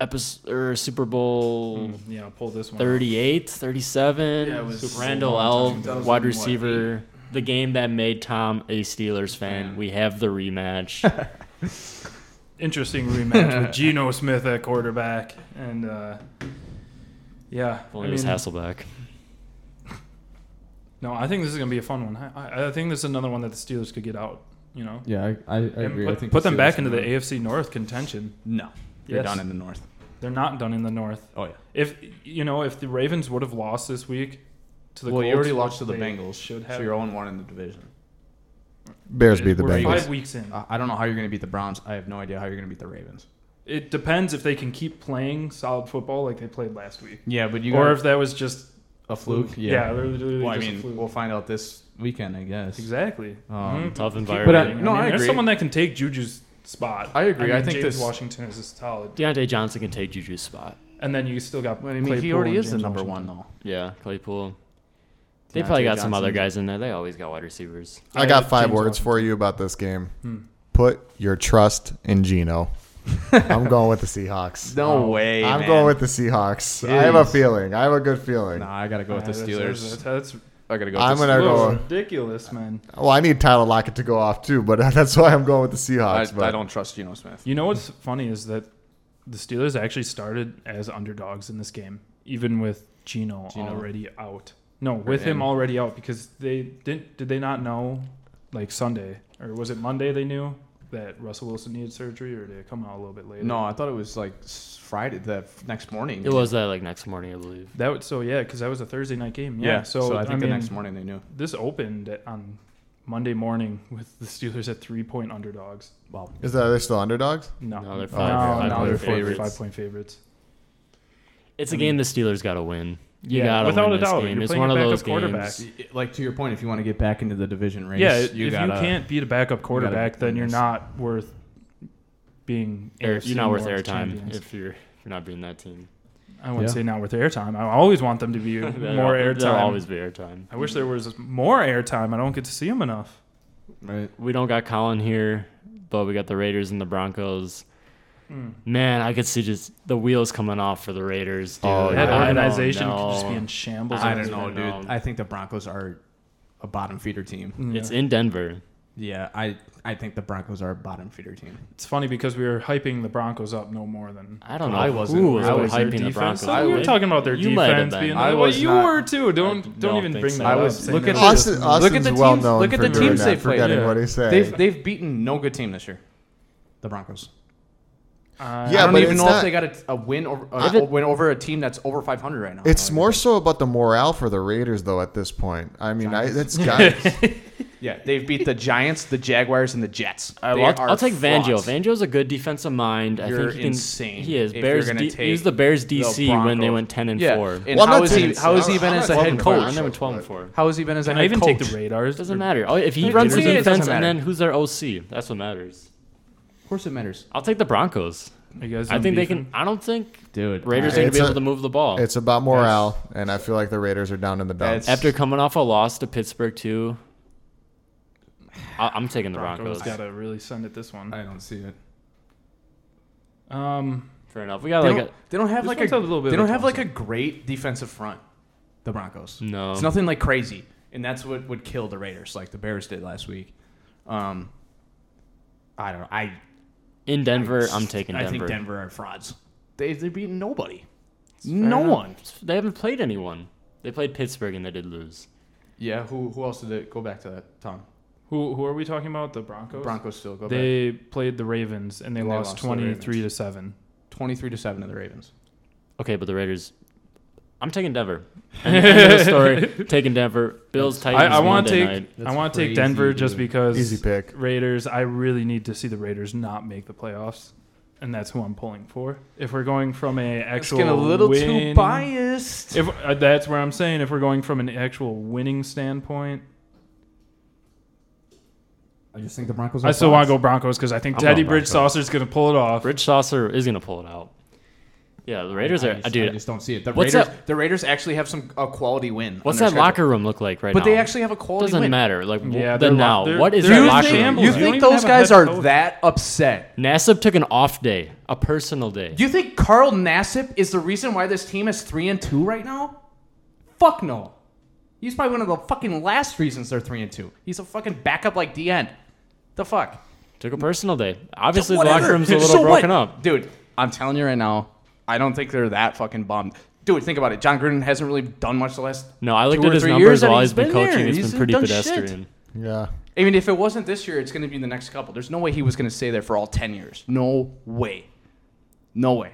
episode or Super Bowl
Yeah, pull this one.
38, 37.
Mm. Yeah, it was
Randall
a long
L,
time ago.
wide
2001,
receiver. The game that made Tom a Steelers fan.
Yeah.
We have the rematch.
Interesting rematch with Geno Smith at quarterback, and uh, yeah,
Well, it was Hasselbeck.
no, I think this is gonna be a fun one. I, I, I think this is another one that the Steelers could get out. You know,
Yeah, I, I, I
And
agree. I
put,
think
put
the
them back
Steelers
into the
win.
AFC North contention.
no, you're
Yes.
down in the north.
They're not done in the North.
Oh yeah.
If you know, if the Ravens would have lost this week to the
well,
Colts,
you already lost
which
to the
they
Bengals.
Should
So
have.
you're 0 1 in the division.
Bears beat the
We're
Bengals.
five weeks in.
Ah. I I don't know how you're going to beat the Browns. I have no idea how you're going to beat the Ravens.
it depends if they can keep playing solid football like they played last week,
Yeah, but you
or
got
if that was just
a fluke. Yeah.
yeah. they're literally
well, I
just a
mean,
fluke.
we'll find out this weekend, I guess.
exactly.
Um,
Mhm.
Tough
But,
environment.
uh, no, I
There's
agree.
someone that can take Juju's spot.
I agree. I
mean,
think
James
this-
Washington is a solid.
Deontay Johnson can take Juju's spot.
And then you still got.
Well, I mean, he
Claypool
already
and
is the
James
number
Washington.
one
Yeah, Claypool. They
Deontay
probably got some
Johnson's-
other guys in there. They always got wide receivers.
I got
Yeah,
five
James
words for you about this game.
Hmm.
Put your trust in Geno. I'm going with the Seahawks.
though. Oh. No way.
I'm
man.
going with the Seahawks. I have a
Jeez.
feeling. I have a good feeling.
Nah, I gotta go with the
Yeah, that's-
Steelers.
That's,
I gotta go.
I'm
with the
gonna
that's
Steelers.
go-
ridiculous, man.
Well, I need Tyler Lockett to go off too, but that's why I'm going with the Seahawks. but
I, I don't trust Geno Smith.
You know what's funny is that the Steelers actually started as underdogs in this game, even with Geno,
Geno.
already out. No, with him
in.
already out because they didn't. Did they not know, like Sunday or was it Monday? They knew that Russell Wilson needed surgery, or did it come out a little bit later?
No, I thought it was like s- Friday, the f- next morning.
It was that like next morning, I believe.
that would, so yeah, because that was a Thursday night game.
Yeah.
Yeah, so,
I think
mean,
the next morning they knew.
this opened at- on Monday morning with the Steelers at three point underdogs.
Wow.
Is that are they still underdogs?
No,
No, they're
no,
five-
no,
five-point
they're
favorites.
Five point favorites.
It's a game the Steelers got to win. You
Yeah,
gotta
without
win
a
this
doubt.
game.
You're
it's
playing
one
a
of those
backup quarterback.
games.
Like to your point, if you want to get back into the division race,
Yeah,
you
if
gotta.
you can't beat a backup quarterback,
win
then you're
this.
not worth being.
Air,
AFC
you're not worth airtime
North champions.
if you're if you're not beating that team.
I wouldn't
Yeah.
say not worth airtime. I always want them to be
They'll-
more
There'll
airtime.
always be airtime.
I wish there was more airtime. I don't get to see them enough.
Right.
We don't got Colin here, but we got the Raiders and the Broncos.
Hmm.
Man, I could see just the wheels coming off for the Raiders. Dude.
Oh, yeah.
That
I don't
organization could just be
know.
in shambles.
I
on
don't
this
know,
one.
dude. I think the Broncos are a bottom feeder team.
Yeah.
It's in Denver.
Yeah, I I think the Broncos are a bottom feeder team.
It's funny because we were hyping the Broncos up no more than
I don't know.
I wasn't.
Who was
I was
hyping
their
the
defense.
Broncos?
So we were talking about their
You might have
defense
been.
being.
I
well,
was
you
not-
were too. Don't
don't
don't even
think
bring
so.
that
I
up.
was-
Say
look at
no.
the-
Austin,
Look at
Austin's
the teams-
well known
look at
for
the
doing
teams
that,
they played.
forgetting
Yeah.
what he's saying.
They've they've beaten no good team this year. The Broncos.
Uh,
Yeah,
I don't
but
even
it's
know
not-
if they got a, a win over
If
a,
it-
a win over a team that's over 500 right now.
It's
Like,
more so about the morale for the Raiders, though. At this point, I mean, I, that's got
Yeah, they've beat the Giants, the Jaguars, and the Jets.
All right,
They
well, I'll,
are
I'll take Vangio.
frauds.
Vangio's a good defensive mind. I
You're
think he can,
insane
He is.
if you're
Bears.
gonna
D, he was
take
the Bears
the
DC when they
Broncos.
went ten and
Yeah,
four.
and
Well, I'm
how
not
has he
saying-
how has he
I'm-
been
I'm
as
not
a
talking
head
about-
I
coach?
never twelve and four.
How has he been as a
Can I
head
even
coach?
take the Raidars?
It doesn't matter. Oh, If he runs the
Guaranteed it doesn't
defense, and
matter.
then who's their OC? That's what matters.
Of course, it matters,
I'll take the Broncos.
You guys
I
done
think they
beefing?
can. I don't think
dude.
Raiders are
It's
going to be
a-
able to move the ball.
it's about morale, and I feel like the Raiders are down in the dumps.
That's-
After coming off a loss to Pittsburgh, too, I, I'm taking the Broncos.
Broncos gotta really send it this one.
I don't see it.
Um,
Fair enough. We got
They
like
don't,
a
they don't have
This
like
one's
a,
a little bit
they
of
don't
a
have like a
toss-up.
great defensive front. The Broncos.
no.
It's nothing like crazy, and that's what would kill the Raiders, like the Bears did last week. Um, I don't. know. I
In Denver, I'm taking Denver.
I think Denver are frauds. They they're beating nobody. No one.
They haven't played anyone. They played Pittsburgh and they did lose.
Yeah. Who who else did it? Go back to that. Tom
who who are we talking about? The Broncos.
Broncos still go back.
They played the Ravens and they
And they
lost
lost to the
twenty three to
Ravens.
seven.
Twenty three to seven to the Ravens.
Okay, but the Raiders. I'm taking Denver. End, end of the story. Taking Denver. Bills Titans.
I, I want
want
to take
Night.
I
That's
want to
crazy,
take Denver just
dude.
because
Easy pick.
Raiders. I really need to see the Raiders not make the playoffs, and that's who I'm pulling for. If we're going from a
It's
actual
getting a little too
win-
biased.
If uh, that's where I'm saying, if we're going from an actual winning standpoint,
I just think the Broncos.
I still want to go Broncos because I think
I'm
Teddy
going Broncos.
Bridge Saucer's going to pull it off.
Bridge Saucer is going to pull it out. Yeah, the Raiders are.
I just,
Uh, dude,
I just don't see it. The
What's
Raiders.
that-
The Raiders actually have some a quality win. on
what's
their
that
schedule.
locker room look like right
But
now?
they actually have a quality
doesn't
win.
matter. Like
Yeah,
yeah,
they're
the
lo-
now.
they're-
what is that
they're in
locker room?
shambles.
You
They don't
think
even
those
have a
guys
head
are
coach.
that upset?
Nassib took an off day, a personal day.
You think Carl Nassib is the reason why this team is three and two right now? Fuck no. He's probably one of the fucking last reasons they're three and two. He's a fucking backup like DN. The fuck.
took a personal day. Obviously, the
Whatever.
locker room's a little
So what?
broken up.
Dude, I'm telling you right now, I don't think they're that fucking bummed. Dude, think about it. John Gruden hasn't really done much the last.
No, I looked
two
at
or
his
three
numbers
years, and
while
he's
he's been
been
coaching.
there.
He's
He's
been pretty
done shit.
pedestrian.
yeah,
I mean, if it wasn't this year, it's going to be the next couple. There's no way he was going to stay there for all 10 years. No way. No way.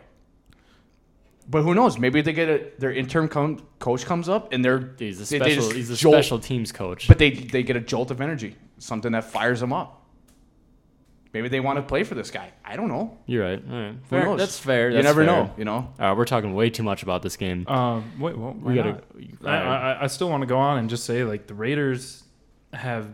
But who knows? Maybe they get a, their interim com- coach comes up and they're
He's a
they- they
special.
just
he's a
jolt-
special teams coach.
But they they get a jolt of energy, something that fires them up. Maybe they want to play for this guy. I don't know.
You're right. All right.
Who
Fair.
knows?
That's fair.
you
that's
never
fair.
know. You know.
All right, Uh, we're talking way too much about this game.
Uh,
Um, wait, well, why
we gotta.
not? I, I, I still want to go on and just say like the Raiders have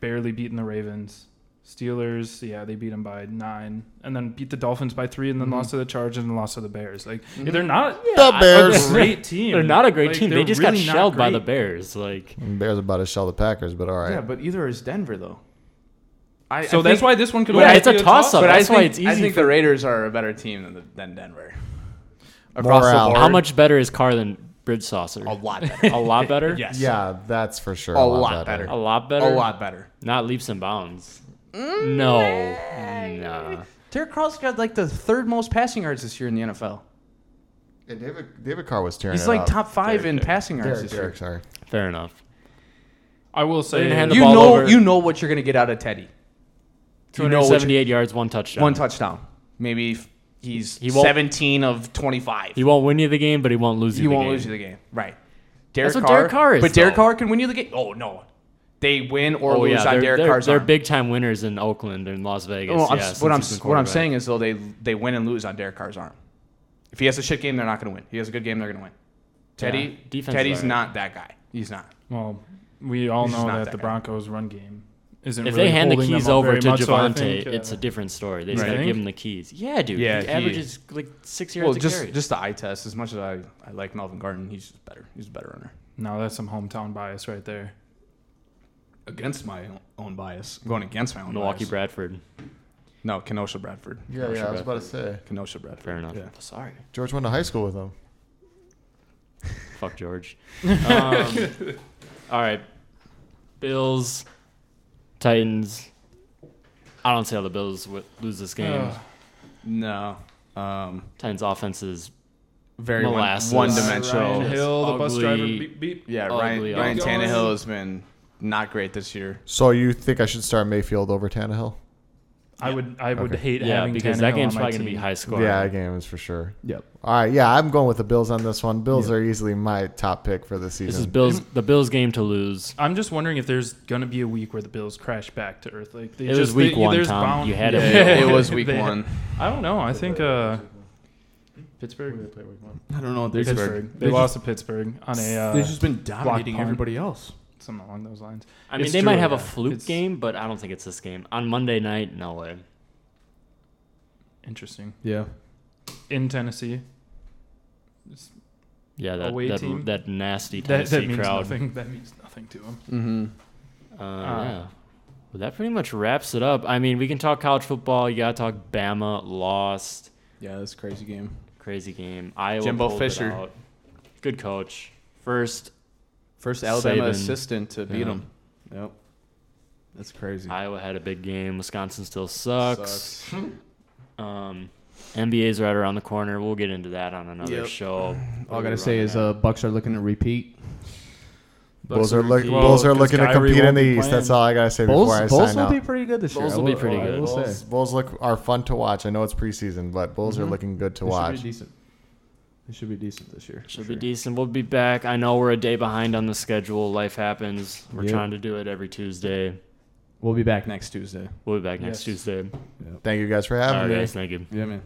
barely beaten the Ravens. Steelers, yeah, they beat them by nine, and then beat the Dolphins by three,
Mm-hmm.
and then lost to the Chargers and lost to the Bears. Like they're not
The
I-
a
Bears.
great team.
Mm-hmm. They're not a great
Like,
team. They
they're
just
really
got
not
shelled by the
great.
Bears. Like
Bears about to shell the Packers, but all right.
Yeah, but either is Denver though. I,
So that's why this one could.
Yeah,
always
it's a
be
toss-up.
But
That's
I think,
why it's
I
easy
think the Raiders are a better team than the, than Denver.
Across the Morale. board.
How much better is Carr than Bridge Saucer?
A lot better.
A lot better.
yes.
Yeah, that's for sure.
A lot better.
A lot better.
A lot Mm. better.
Not leaps and bounds. No. Nah.
Derek Carr's got like the third most passing yards this year in the NFL.
And David, David Carr was tearing
He's
it
like
up.
top five in passing yards
Derek,
this
Derek,
year.
sorry.
Fair enough.
I will say,
didn't hand the
You
ball
know,
over.
you know what you're gonna get out of Teddy. You know what you're-
278 yards, one touchdown.
one touchdown. Maybe if he's
He won't-
17 of 25.
He won't win you the game, but he won't lose you.
He
the
won't
game.
lose you the game. Right. Derek
That's what
Carr,
Derek Carr is,
But Derek
though.
Carr can win you the game. Oh, no. They win or
Oh
lose
yeah,
on
they're,
Derek
they're,
Carr's
they're
arm.
big time winners in Oakland and Las Vegas.
Well, I'm-
yeah,
what,
since
I'm,
he's been
what I'm
quarterback.
saying is, though, they, they win and lose on Derek Carr's arm. If he has a shit game, they're not going to win. If he has a good game, they're going to win. Teddy,
Yeah, defense is
Teddy's
alright.
not that guy. He's not.
well, we all
He's just
know
not
that,
that
the
guy.
Broncos' run game isn't.
if
really
they hand the
holding them
keys
up
over
very
to
much,
Javante,
so I think, uh,
it's a different story. They just
Right.
gotta
Think?
give him the keys. Yeah, dude.
Yeah,
he
he-
averages like six yards
Well,
a
just
carry.
just the eye test. As much as I, I like Melvin Garden, he's just better. He's a better runner.
No, that's some hometown bias right there.
Against my own bias. I'm going against my own
Milwaukee
bias.
Bradford.
No, Kenosha Bradford.
Yeah, yeah, I was about to say.
Kenosha Bradford.
Fair enough.
Yeah.
Sorry.
George went to high school with him.
Fuck George. Um, all right. Bills, Titans. I don't see how the Bills w- lose this game.
Ugh.
No. Um,
Titans offense is
very one,
Molasses.
one
Ryan
dimensional.
Ryan
Hill, the bus
Ugly.
driver, beep beep.
Yeah,
Ugly
Ryan, Ryan
offense.
Tannehill has been not great this year.
So you think I should start Mayfield over Tannehill?
I would I would
Okay.
hate
yeah
having
because
Tannehill
that game's
on my
probably gonna be
team.
high scoring.
Yeah, that game is for sure.
Yep.
All right, yeah, I'm going with the Bills on this one. Bills are easily my top pick for the season.
This is Bills. The Bills game to lose.
I'm just wondering if there's gonna be a week where the Bills crash back to earth. Like they
It
just,
was week
they-
one,
there's
Tom.
bound-
You had it.
It was week
They-
one.
I don't know. I think uh, Pittsburgh.
I don't know. They've
Pittsburgh. They,
They
lost to Pittsburgh on a uh,
just been dominating
punt.
everybody else.
something along those lines.
I mean,
It's
they
true,
might have
yeah.
a fluke
It's
game, but I don't think it's this game on Monday night. No way.
Interesting
Yeah.
in Tennessee. It's-
Yeah, that
Away
that,
team?
that nasty
That,
Tennessee
that means
crowd.
nothing. That means nothing to them.
Mm-hmm.
Uh, yeah. Well, that pretty much wraps it up. I mean, we can talk college football. You gotta talk Bama lost,
Yeah, that's a crazy game.
crazy game. Iowa.
Jimbo
pulled it
Fisher.
out. good coach. First
First Alabama
Saban.
assistant to beat
Yeah.
him. Yep. That's crazy.
Iowa had a big game. Wisconsin still sucks. Um, NBA's right around the corner. We'll get into that on another
Yep.
show.
All I
We'll
gotta
run
say is
that.
uh, Bucks are looking to repeat.
Bulls are, look,
Well,
Bulls are
'cause
looking to
Kyrie
compete
won't
in the
be
East.
playing.
That's all I gotta say
Bulls,
before I
Bulls
sign
will
out.
be pretty good this year.
Bulls
I
will be pretty
I
good.
will say.
Bulls, Bulls look are fun to watch. I know it's preseason, but Bulls are looking good to
They should
watch.
be decent. They should be decent this year.
Should be decent. We'll be back. I know we're a day behind on the schedule. Life happens. We're
Yep.
trying to do it every Tuesday.
We'll be back next Tuesday.
We'll be back next
Yes.
Tuesday.
Thank you guys for
All
having
right,
me.
guys. Thank you.
Yeah, man.